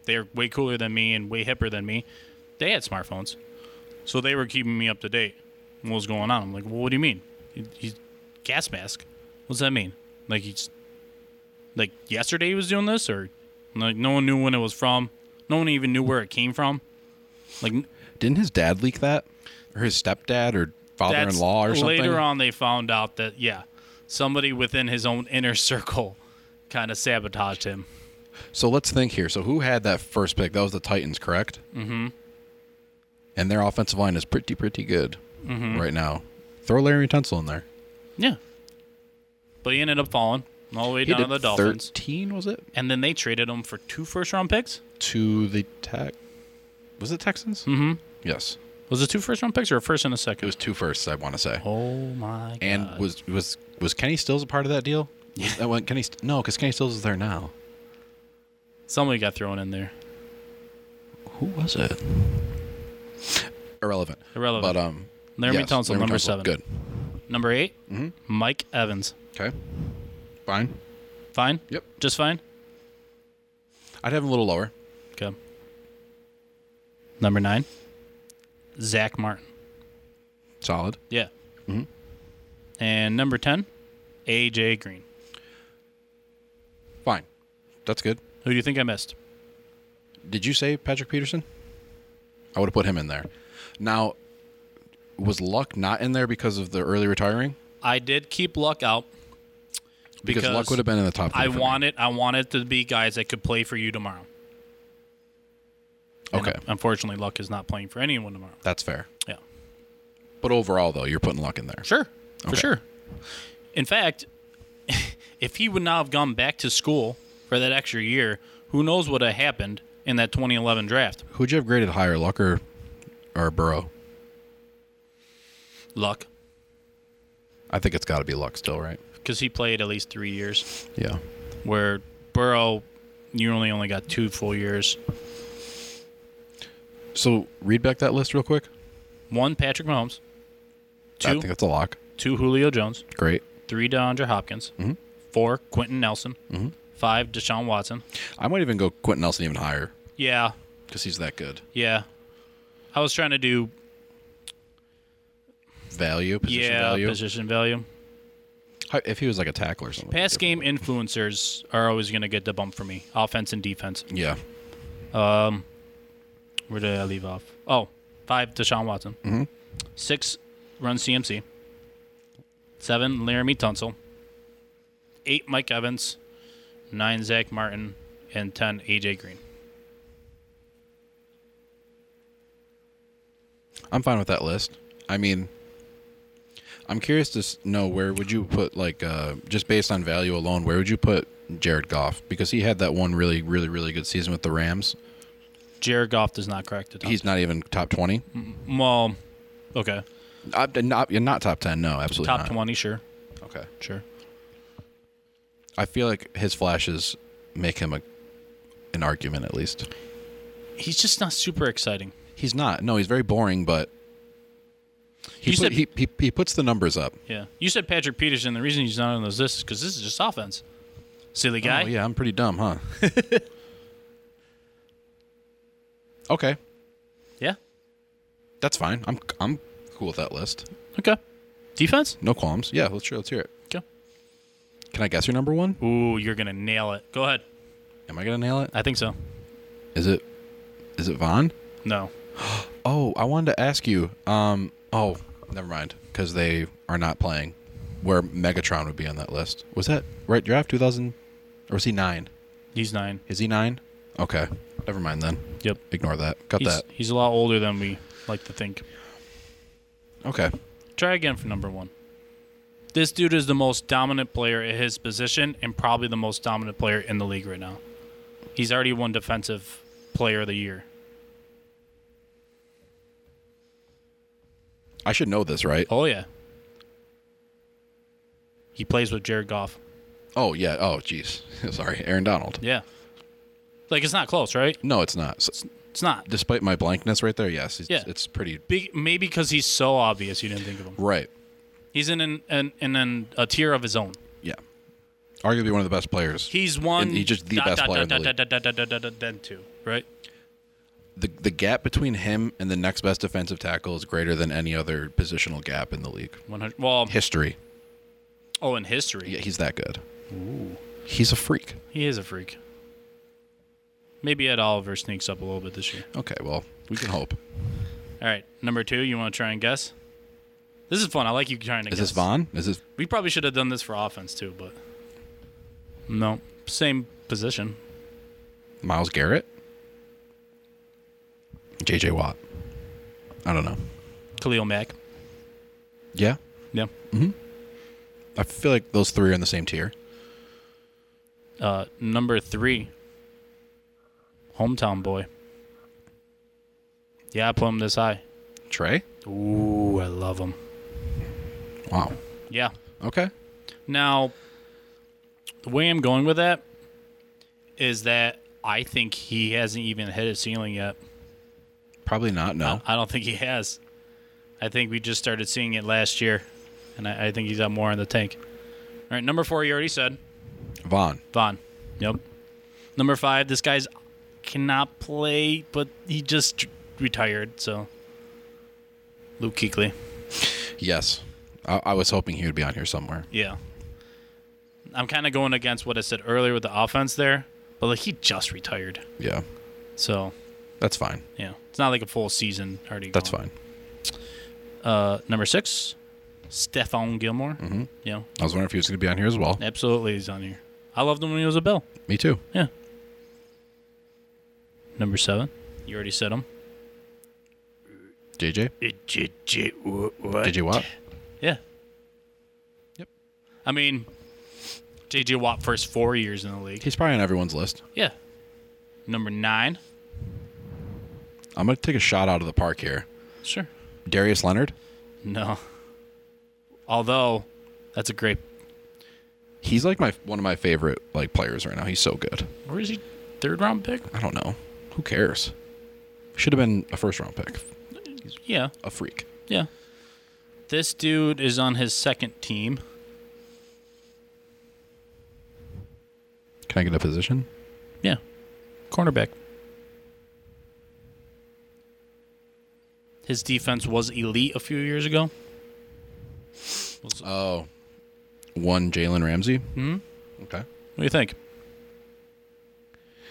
they're way cooler than me and way hipper than me. They had smartphones, so they were keeping me up to date. on What was going on? I'm like, well, what do you mean? He- He's gas mask. What's that mean? Like he's like yesterday he was doing this, or like no one knew when it was from. No one even knew where it came from. Like
didn't his dad leak that or his stepdad or
that's-
father-in-law or something
Later on, they found out that yeah, somebody within his own inner circle kind of sabotaged him.
so let's think here so who had that first pick that was the titans correct mm-hmm and their offensive line is pretty pretty good
Mm-hmm.
right now throw larry tunsil in there
Yeah. But he ended up falling all the way down to the Dolphins.
13 was it
And then they traded him for two first round picks.
to the tech was it texans
Mhm.
yes
Was it two first round picks or a first and a
it
second?
was two firsts i want to say
oh my god.
And was was was Kenny Stills a part of that deal? Yeah. That went Kenny. St- No, because Kenny Stills is there now.
somebody got thrown in there.
Who was it? Irrelevant.
Irrelevant.
But um,
Laramie Tunsil,
Laramie
number
Tunsil.
seven.
Good.
Number 8
mm-hmm.
Mike Evans.
Okay. Fine.
Fine?
Yep.
Just fine?
I'd have him a little lower.
Okay. Number nine. Zach Martin.
Solid.
Yeah.
Mm-hmm.
And number 10, AJ Green.
Fine. That's good.
Who do you think I missed?
Did you say Patrick Peterson? I would have put him in there. Now, was Luck not in there because of the early retiring?
I did keep Luck out.
Because,
Because
Luck would have been in the top. three
I
for me.
want it. I want it to be guys that could play for you tomorrow. And
Okay,
unfortunately, Luck is not playing for anyone tomorrow.
that's fair.
Yeah.
But overall, though, you're putting Luck in there.
Sure. For
Okay.
sure. In fact, if he would not have gone back to school for that extra year, who knows what would have happened in that 2011 draft?
Who'd you have graded higher, Luck or, or Burrow?
Luck,
I think it's got to be Luck still, right?
because he played at least three years,
Yeah.
where Burrow, you only only got two full years.
So read back that list real quick.
One, Patrick Mahomes.
I
Two,
think that's a lock.
two Julio Jones.
Great.
Three, DeAndre Hopkins.
Mm-hmm.
Four, Quentin Nelson. Five, Deshaun Watson.
I might even go Quentin Nelson even higher
Yeah,
because he's that good.
Yeah. I was trying to do
Value, position
yeah
value.
position value.
Hi- If he was like a tackle or something.
Pass game influencers are always going to get the bump for me. Offense and defense.
Yeah.
Where did I leave off? Oh, five Deshaun Watson. Mm-hmm. Six run CMC. Seven Laramie Tunsil. Eight Mike Evans. Nine Zach Martin. And ten AJ Green.
I'm fine with that list. I mean, I'm curious to s- know where would you put like uh, just based on value alone, where would you put Jared Goff because he had that one really, really, really good season with the Rams.
Jared Goff does not crack the top. Mm.
He's not even top twenty.
well, okay,
Uh, Not, not top ten. No, absolutely
top
not.
twenty, sure,
Okay.
sure.
I feel like his flashes make him a an argument at least.
He's just not super exciting.
He's not. No, he's very boring, but he
You
put-
said-
he, he he puts the numbers up.
Yeah. You said Patrick Peterson. The reason he's not on those lists is because this is just offense. Silly guy.
Oh yeah, I'm pretty dumb, huh? okay,
Yeah.
that's fine. I'm I'm cool with that list.
Okay. Defense?
No qualms. Yeah, let's sure let's hear it.
Okay.
Can I guess your number one?
Ooh, you're going to nail it. Go ahead.
Am I gonna nail it?
I think so.
Is it is it Vaughn?
No.
Oh, I wanted to ask you. Um. Oh, never mind, because they are not playing. Where Megatron would be on that list? Was that right draft 2000, or was he nine?
He's nine.
Is he nine? Okay. Never mind then.
Yep.
Ignore that. Cut
He's,
that.
he's a lot older than we like to think.
Okay.
Try again for number one. This dude is the most dominant player at his position and probably the most dominant player in the league right now. He's already won Defensive Player of the Year.
I should know this, right?
Oh, yeah. He plays with Jared Goff.
Oh yeah. Oh jeez. Sorry, Aaron Donald.
Yeah. Like, it's not close, right?
No, it's not. So,
It's not.
despite my blankness right there, yes, it's,
Yeah.
it's pretty
Big, maybe because he's so obvious you didn't think of him.
right.
He's in, an, an, in an, a tier of his own.
Yeah, arguably one of the best players.
He's one.
And he's just the
dot,
best
dot,
player in
dot,
the league.
dot, dot, dot, dot, dot, dot, Then two, right?
the the gap between him and the next best defensive tackle is greater than any other positional gap in the league
100. Well,
history.
oh, in history.
Yeah, he's that good. He's a freak.
He is a freak. Maybe Ed Oliver sneaks up a little bit this year.
Okay, well, we can hope.
All right, number two. You want to try and guess? This is fun. I like you trying to
Is
guess.
this Vaughn? Is this
We probably should have done this for offense too, but no, same position.
Miles Garrett? J.J. Watt. I don't know.
Khalil Mack.
Yeah,
Yeah.
I feel like those three are in the same tier.
Uh, number three. Hometown boy. Yeah, I put him this high.
Trey?
Ooh, I love him.
Wow.
Yeah.
Okay.
Now, the way I'm going with that is that I think he hasn't even hit his ceiling yet.
Probably not. No.
I don't think he has. I think we just started seeing it last year, and I, I think he's got more in the tank. All right, number four, you already said
Vaughn.
Vaughn. Yep. Number five, this guy's cannot play, but he just retired, so Luke Kuechly.
Yes. I, I was hoping he would be on here somewhere.
Yeah. I'm kind of going against what I said earlier with the offense there, but like he just retired.
Yeah.
So,
That's fine.
yeah. It's not like a full season already.
That's
gone.
fine.
Uh, number six, Stephon Gilmore. Mm-hmm. Yeah.
I was wondering if he was going to be on here as well.
Absolutely, he's on here. I loved him when he was a Bill.
Me too.
Yeah. Number seven. You already said him.
JJ?
JJ
JJ Watt?
Yeah.
Yep.
I mean, JJ Watt first four years in the league.
He's probably on everyone's list.
Yeah. Number nine.
I'm going to take a shot out of the park here.
Sure.
Darius Leonard?
No. Although, that's a great.
He's like my one of my favorite like players right now. He's so good.
Where is he? Third round pick?
I don't know. Who cares? Should have been a first round pick.
Yeah.
A freak.
Yeah. This dude is on his second team.
Can I get a position?
Yeah. Cornerback. His defense was elite a few years ago.
Oh, one Jalen Ramsey. Hmm. Okay.
What do you think?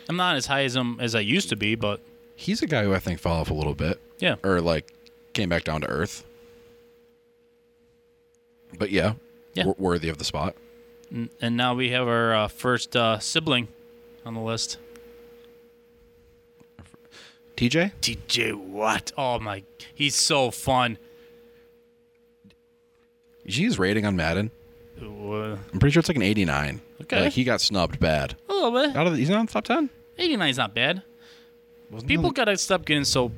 I'm not as high as him as I used to be, but
He's a guy who I think fell off a little bit,
yeah.
or like came back down to earth. But yeah,
Yeah.
wor- worthy of the spot.
And now we have our uh, first uh, sibling on the list.
TJ.
DJ Watt. Oh my, he's so fun.
G's rating on Madden.
Ooh, uh,
I'm pretty sure it's like an 89.
Okay.
Like he got snubbed bad.
A little bit.
Out of the, he's not in the top 10.
89 is not bad.
Wasn't he on
People
the-
gotta stop getting so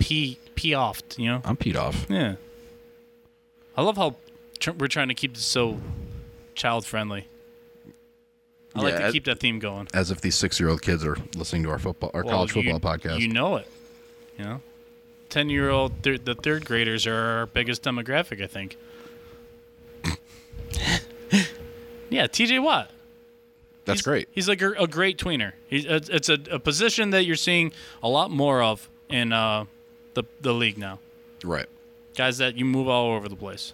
pee pee offed, you know.
I'm peed off.
Yeah. I love how tr- we're trying to keep this so child friendly. I like
Yeah,
to
I-
keep that theme going.
As if these six year old kids are listening to our football, our college
Well, you-
football podcast.
You know it. You know, ten year old, th- the third graders are our biggest demographic, I think. yeah, T.J. Watt.
That's
He's-
great.
He's like a, a great tweener. He's it's it's a, a position that you're seeing a lot more of in uh, the the league now.
Right.
Guys that you move all over the place.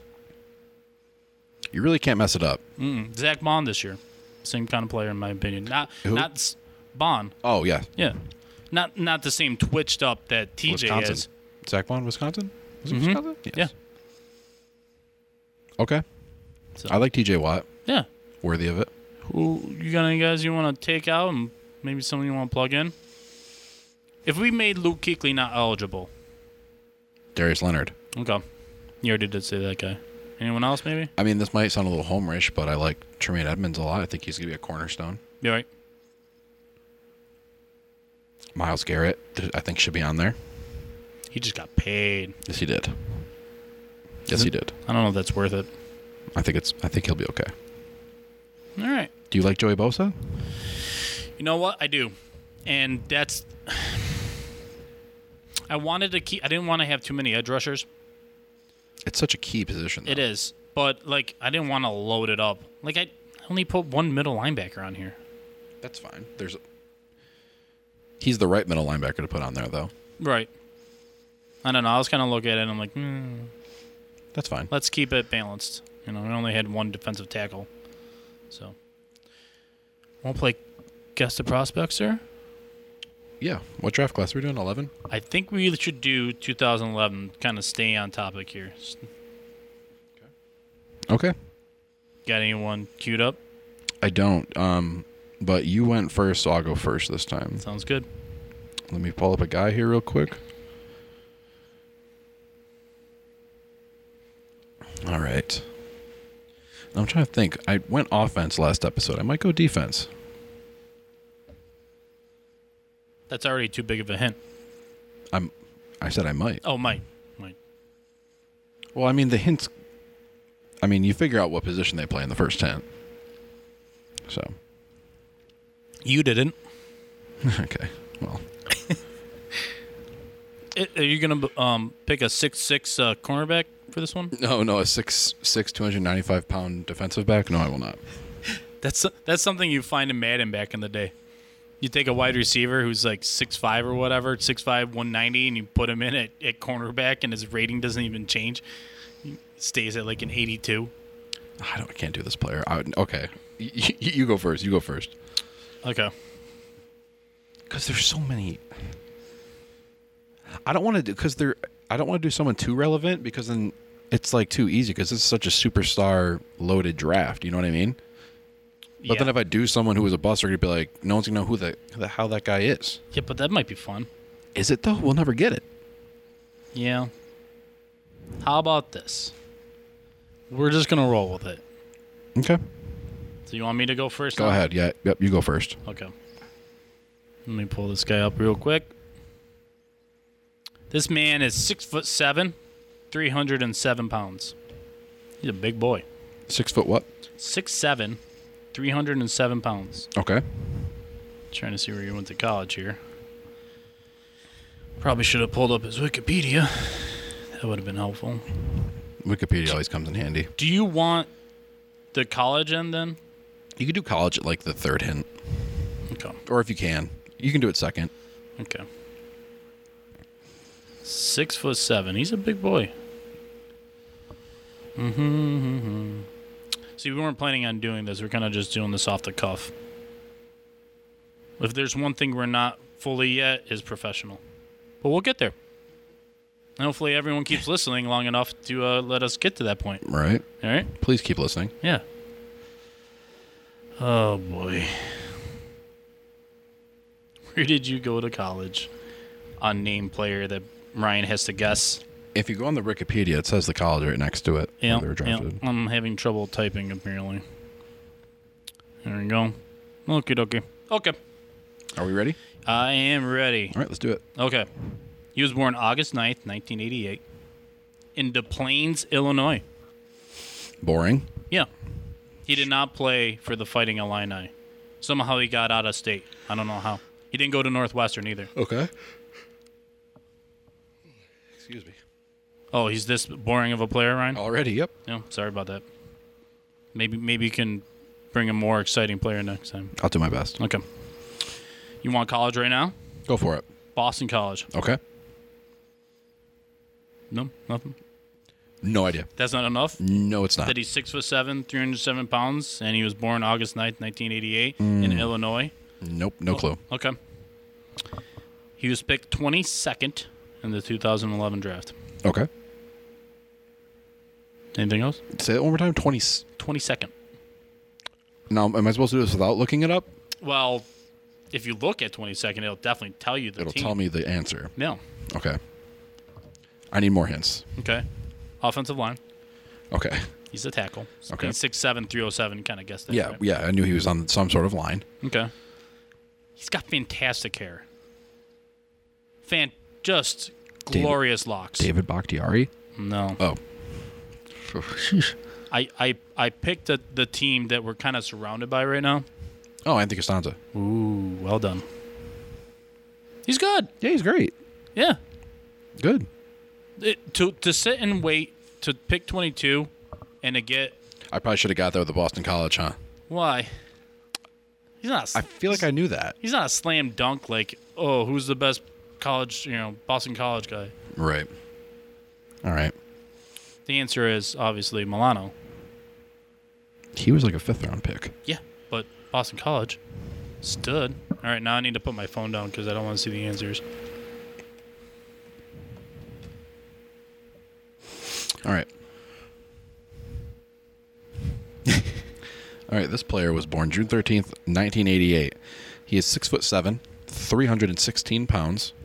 You really can't mess it up.
Zach Bond this year. Same kind of player in my opinion. Not
Who?
not s- Bond.
Oh, yeah.
Yeah. Not not the same twitched up that TJ
Wisconsin.
is. Mm-hmm.
Zach Vaughn, Wisconsin? Was it Wisconsin? Yes.
Yeah.
Okay.
So-
I like TJ Watt.
Yeah.
Worthy of it.
Who you got any guys you want to take out and maybe someone you want to plug in? If we made Luke Kuechly not eligible,
Darius Leonard.
okay. You already did say that guy. Anyone else? Maybe.
I mean, this might sound a little homerish, but I like Tremaine Edmonds a lot. I think he's going to be a cornerstone.
You all right?
Miles Garrett, th- I think, should be on there.
He just got paid.
Yes, he did. Yes, he did.
I don't know if that's worth it.
I think it's. I think he'll be okay.
All right.
Do you like Joey Bosa?
You know what? I do. And that's I wanted to keep I didn't want to have too many edge rushers.
It's such a key position. Though.
It is. But like I didn't want to load it up. Like I only put one middle linebacker on here.
That's fine. There's. He's the right middle linebacker to put on there, though.
Right. I don't know. I was kind of looking at it and I'm like, hmm,
That's fine.
let's keep it balanced. You know, I only had one defensive tackle. So won't play guess the prospects there.
Yeah. What draft class are we doing? Eleven.
I think we should do 2011 kind of stay on topic here.
Okay.
Got anyone queued up?
I don't. Um, but you went first, so I'll go first this time.
Sounds good.
Let me pull up a guy here real quick. All right. I'm trying to think. I went offense last episode. I might go defense.
That's already too big of a hint.
I'm. I said I might.
Oh, Mike. Mike.
Well, I mean the hints. I mean, you figure out what position they play in the first hint. So
You didn't.
okay. Well,
Are you going to um, pick a six-six uh, cornerback for this one?
no, no, a six six two hundred ninety five pound defensive back. No, I will not.
That's that's something you find in Madden back in the day. You take a wide receiver who's like six-five or whatever, 6'5", 190, and you put him in at, at cornerback, and his rating doesn't even change. He stays at like an 82.
I don't. I can't do this player. I would, okay. Y- y- you go first. You go first.
Okay.
because there's so many. I don't want to do because they're. I don't want to do someone too relevant because then it's like too easy because it's such a superstar loaded draft. You know what I mean? But then if I do someone who was a buster, it'd be like no one's gonna know who the, who the how that guy is.
yeah, but that might be fun.
Is it though? We'll never get it.
Yeah. How about this? We're just going to roll with it.
Okay.
So you want me to go first?
Go
now?
ahead. Yeah. Yep. You go first.
Okay. Let me pull this guy up real quick. This man is six foot seven, three hundred and seven pounds. He's a big boy.
Six foot what?
Six seven, three hundred and seven pounds.
Okay.
Trying to see where you went to college here. Probably should have pulled up his Wikipedia. That would have been helpful.
Wikipedia always comes in handy.
Do you want the college end then?
You could do college at like the third hint,
Okay.
or if you can, you can do it second.
Okay. Six foot seven. He's a big boy. Mm-hmm, See, we weren't planning on doing this. We're kind of just doing this off the cuff. If there's one thing we're not fully yet is professional, but we'll get there. And hopefully, everyone keeps listening long enough to uh, let us get to that point.
Right.
All right.
Please keep listening.
Yeah. Oh boy. Where did you go to college? Unnamed player that Ryan has to guess.
If you go on the Wikipedia, it says the college right next to it. where
Yeah,
they were
yeah,
drafted.
I'm having trouble typing apparently. There we go. Okay, dokie. Okay.
Are we ready?
I am ready.
All right, let's do it.
Okay. He was born August 9th, 1988, in Des Plaines, Illinois.
Boring.
Yeah. He did not play for the Fighting Illini. Somehow he got out of state. I don't know how. He didn't go to Northwestern either.
Okay. Excuse me.
Oh, he's this boring of a player, Ryan?
Already, yep.
No, sorry about that. Maybe maybe you can bring a more exciting player next time.
I'll do my best.
Okay. You want college right now?
Go for it.
Boston College.
Okay.
No, nothing.
No idea.
That's not enough.
No, it's not.
That he's six foot seven, three hundred seven pounds, and he was born August 9th, nineteen eighty eight, in Illinois.
Nope, no clue.
Okay. He was picked 22nd in the 2011 draft.
Okay.
Anything else?
Say that one more time. 20. s-
22nd.
Now, am I supposed to do this without looking it up?
Well, if you look at 22nd, it'll definitely tell you the
It'll
team.
tell me the answer.
No.
Okay. I need more hints.
Okay. Offensive line.
Okay.
He's a tackle.
Okay.
Six seven, three oh seven. Kind of guessed that.
Yeah,
right?
yeah. I knew he was on some sort of line.
Okay. He's got fantastic hair. Fan, just glorious locks.
David Bakhtiari.
No,
Oh.
I, I, I picked the, the team that we're kind of surrounded by right now.
Oh, Anthony Costanza.
Ooh, well done. He's good.
Yeah, he's great.
Yeah.
Good.
It- to to sit and wait to pick twenty two, and to get
I probably should have got there with the Boston College, huh?
why. He's not. a
I
s-
feel like I knew that.
He's not a slam dunk like oh who's the best college you know Boston College guy.
Right. All right.
The answer is obviously Milano.
He was like a fifth round pick.
Yeah, but Boston College stood. All right, now I need to put my phone down because I don't want to see the answers.
All right. All right. This player was born June thirteenth, nineteen eighty-eight. He is six foot seven, three hundred and sixteen pounds.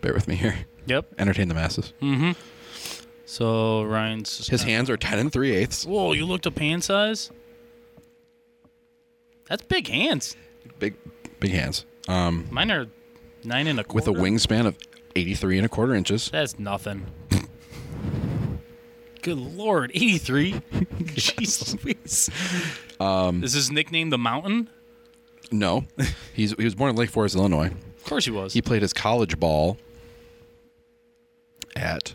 Bear with me here.
Yep.
Entertain the masses.
So Ryan's
His hands are ten and three eighths.
Whoa, you looked up hand size. That's big hands.
Big, big hands. Um,
Mine are nine and a
with
quarter.
a wingspan of eighty-three and a quarter inches.
That's nothing. Good lord, eighty three. Jesus. Louise.
Um,
is his nickname the Mountain?
No, he's he was born in Lake Forest, Illinois.
Of course he was.
He played his college ball at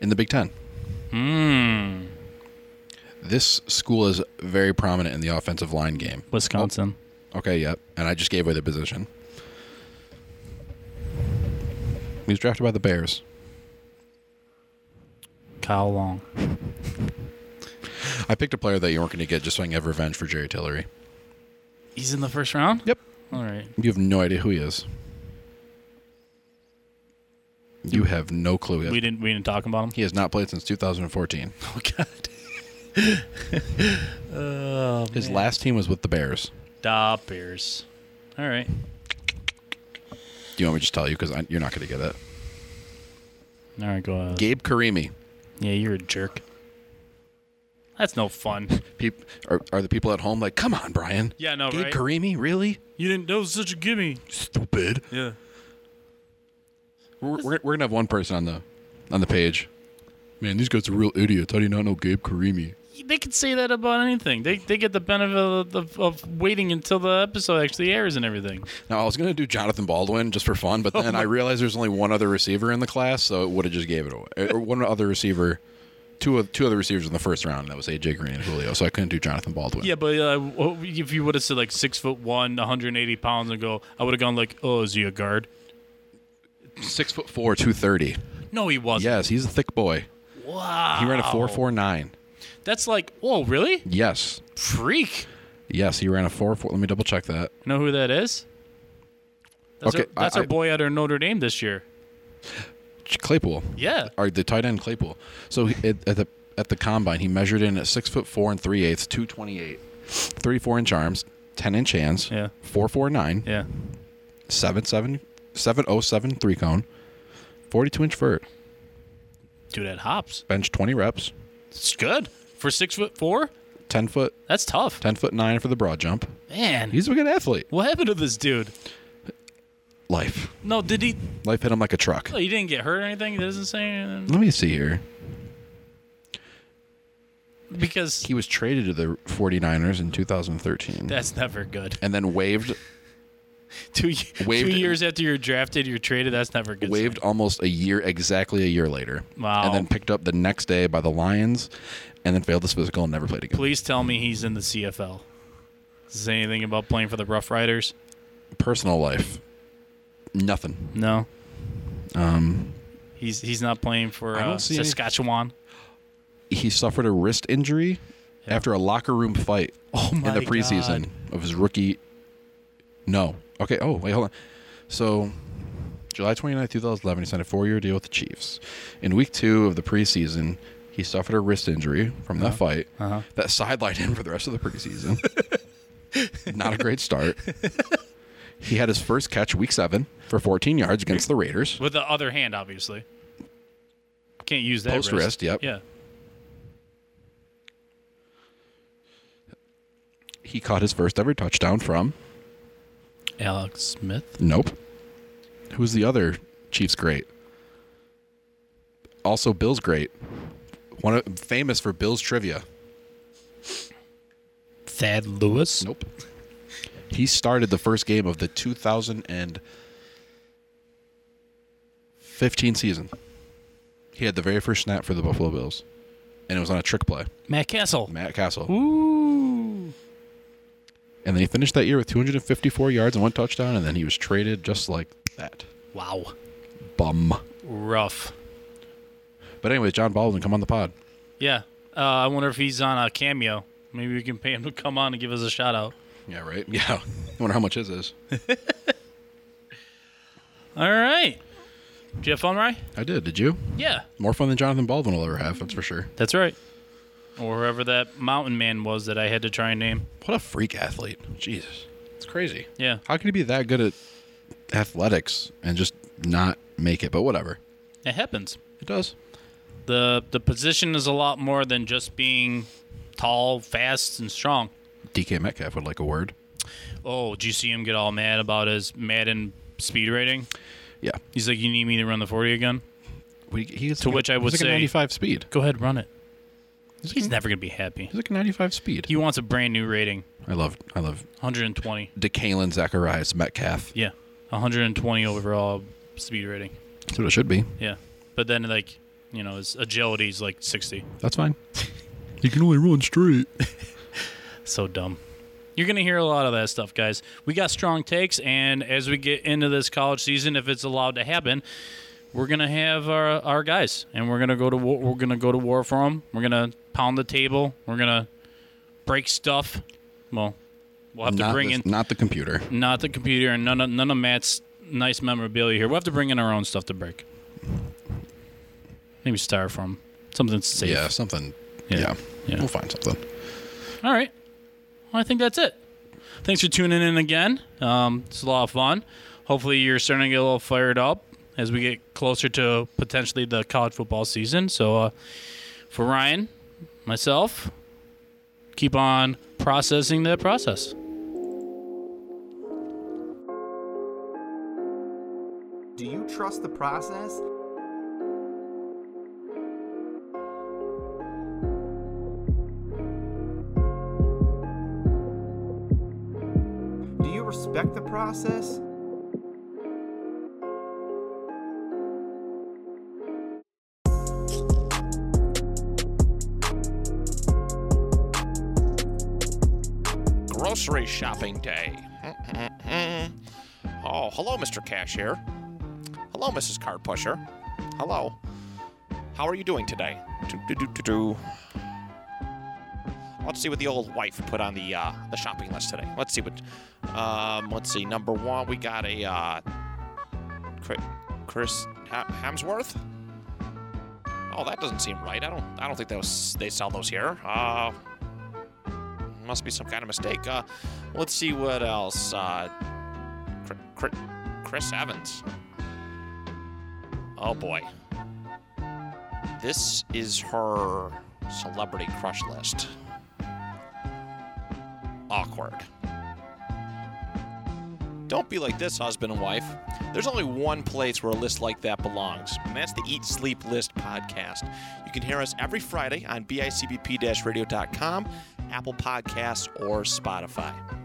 in the Big Ten. This school is very prominent in the offensive line game.
Wisconsin.
Okay, yep. And I just gave away the position. He was drafted by the Bears.
Kyle Long.
I picked a player that you weren't going to get just so I can have revenge for Jerry Tillery.
He's in the first round?
Yep.
All right.
You have no idea who he is. You have no clue.
We didn't we didn't talk about him.
He has not played since 2014.
Oh god. Oh,
His last team was with the Bears.
Da Bears. All right.
Do you want me to just tell you? Because you're not going to get it.
All right, go ahead.
Gabe Karimi.
Yeah, you're a jerk. That's no fun.
Peop, are, are the people at home like, come on, Brian?
Yeah, I know,
Gabe
right?
Karimi? Really?
You didn't that was such a gimme.
Stupid.
Yeah.
We're, we're, we're going to have one person on the on the page. Man, these guys are real idiots. How do you not know Gabe Karimi?
They could say that about anything. They they get the benefit of, of, of waiting until the episode actually airs and everything.
Now, I was going to do Jonathan Baldwin just for fun, but then I realized there's only one other receiver in the class, so it would have just gave it away. Or one other receiver, two of, two other receivers in the first round, and that was AJ Green and Julio, so I couldn't do Jonathan Baldwin.
Yeah, but uh, what- if you would have said like six foot one, 180 pounds, and go, I would have gone like, oh, is he a guard?
Six foot four, 230.
No, he wasn't.
Yes, he's a thick boy.
Wow.
He ran a four four nine.
That's like, whoa, really?
Yes,
Freak.
yes, he ran a four four. Let me double check that.
You know who that is? That's,
Okay,
our, that's
I-
our
I-
boy out of Notre Dame this year.
Claypool,
Yeah.
or the tight end Claypool. So he, at, at the at the combine, he measured in at six foot four and three eighths, two twenty eight, thirty four inch arms, ten inch hands,
Yeah.
four four nine,
Yeah.
seven seven seven oh seven three cone, forty two inch vert,
Dude, that hops.
bench twenty reps,
It's good. For six foot four?
ten foot
That's tough.
ten foot nine for the broad jump.
Man.
He's a good athlete.
what happened to this dude?
Life,
No, did he?
life hit him like a truck.
He didn't get hurt or anything? It doesn't say anything?
Let me see here.
Because
He was traded to the 49ers in 2013.
that's never good.
and then waived
Two, ye-
Waived-
two years after you're drafted, you're traded. That's never good.
waived almost a year exactly a year later.
Wow.
And then picked up the next day by the Lions and then failed this physical and never played again.
Please tell me he's in the CFL. Does it say anything about playing for the Rough Riders?
Personal life. Nothing.
No. Um, he's he's not playing for
Um, I don't
uh,
see any-
Saskatchewan.
He suffered a wrist injury after a locker room fight in
Oh my
the preseason
God.
of his rookie No. Okay, oh, wait, hold on. So July 29, 2011, he signed a four-year deal with the Chiefs. In week 2 of the preseason, He suffered a wrist injury from
Uh-huh.
that fight that sidelined him for the rest of the preseason. Not a great start. he had his first catch week seven for 14 yards against the Raiders.
With the other hand, obviously. Can't use that
Post wrist, yep.
Yeah.
He caught his first ever touchdown from
Alex Smith.
Nope. Who's the other Chiefs great? Also Bills great. One of, famous for Bills trivia.
Thad Lewis.
Nope. He started the first game of the 2015 season. He had the very first snap for the Buffalo Bills, and it was on a trick play.
Matt Castle.
Matt Castle.
Ooh.
And then he finished that year with 254 yards and one touchdown, and then he was traded just like that.
Wow.
Bum.
Rough.
But anyway, John Baldwin, come on the pod.
Yeah. Uh, I wonder if he's on a cameo. Maybe we can pay him to come on and give us a shout out.
Yeah, right? Yeah. I wonder how much his is.
All right. Did you have fun, Ryan?
I did. Did you?
Yeah.
More fun than Jonathan Baldwin will ever have, that's for sure.
That's right. Or whoever that mountain man was that I had to try and name.
What a freak athlete. Jesus. It's crazy.
Yeah.
How can he be that good at athletics and just not make it? But whatever.
It happens.
It does.
The the position is a lot more than just being tall, fast, and strong.
DK Metcalf would like a word.
Oh, did you see him get all mad about his Madden speed rating?
Yeah.
He's like, You need me to run the forty again?
We, he's
To which I would
he's like
say-
a 95 speed.
Go ahead, run it. He's never gonna be happy.
He's like a 95 speed.
He wants a brand new rating.
I love I love
120.
DeKalen Zacharias Metcalf.
Yeah. 120 overall speed rating.
That's what it should be.
Yeah. But then like, you know, his agility is like 60.
That's fine. You can only run straight.
So dumb. You're going to hear a lot of that stuff, guys. We got strong takes, and as we get into this college season, if it's allowed to happen, we're going to have our, our guys, and we're going to go to war, we're going to go to war for them. We're going to pound the table. We're going to break stuff. Well, we'll have to
Not,
bring
this-
in
not the computer.
not the computer and none of none of Matt's nice memorabilia here. We'll have to bring in our own stuff to break. Maybe styrofoam, something safe.
Yeah, something.
Yeah.
Yeah.
Yeah.
We'll find something.
All right. Well, I think that's it. Thanks for tuning in again. Um, it's a lot of fun. Hopefully, you're starting to get a little fired up as we get closer to potentially the college football season. So, uh, for Ryan, myself, keep on processing that process.
Do you trust the process? Do you respect the process?
grocery shopping day. oh, hello, Mr. Cashier. Hello, Mrs. Card Pusher. Hello. How are you doing today? Do-do-do-do-do. Let's see what the old wife put on the uh, the shopping list today. Let's see what. Um, let's see. Number one, we got a uh, Chri- Chris Ha- Hemsworth. Oh, that doesn't seem right. I don't. I don't think that was, they sell those here. Uh, must be some kind of mistake. Uh, let's see what else. Uh, Cr- Cr- Chris Evans. Oh boy. This is her celebrity crush list. Awkward. Don't be like this, husband and wife. There's only one place where a list like that belongs, and that's the Eat Sleep List podcast. You can hear us every Friday on bicbp-radio.com, Apple Podcasts, or Spotify.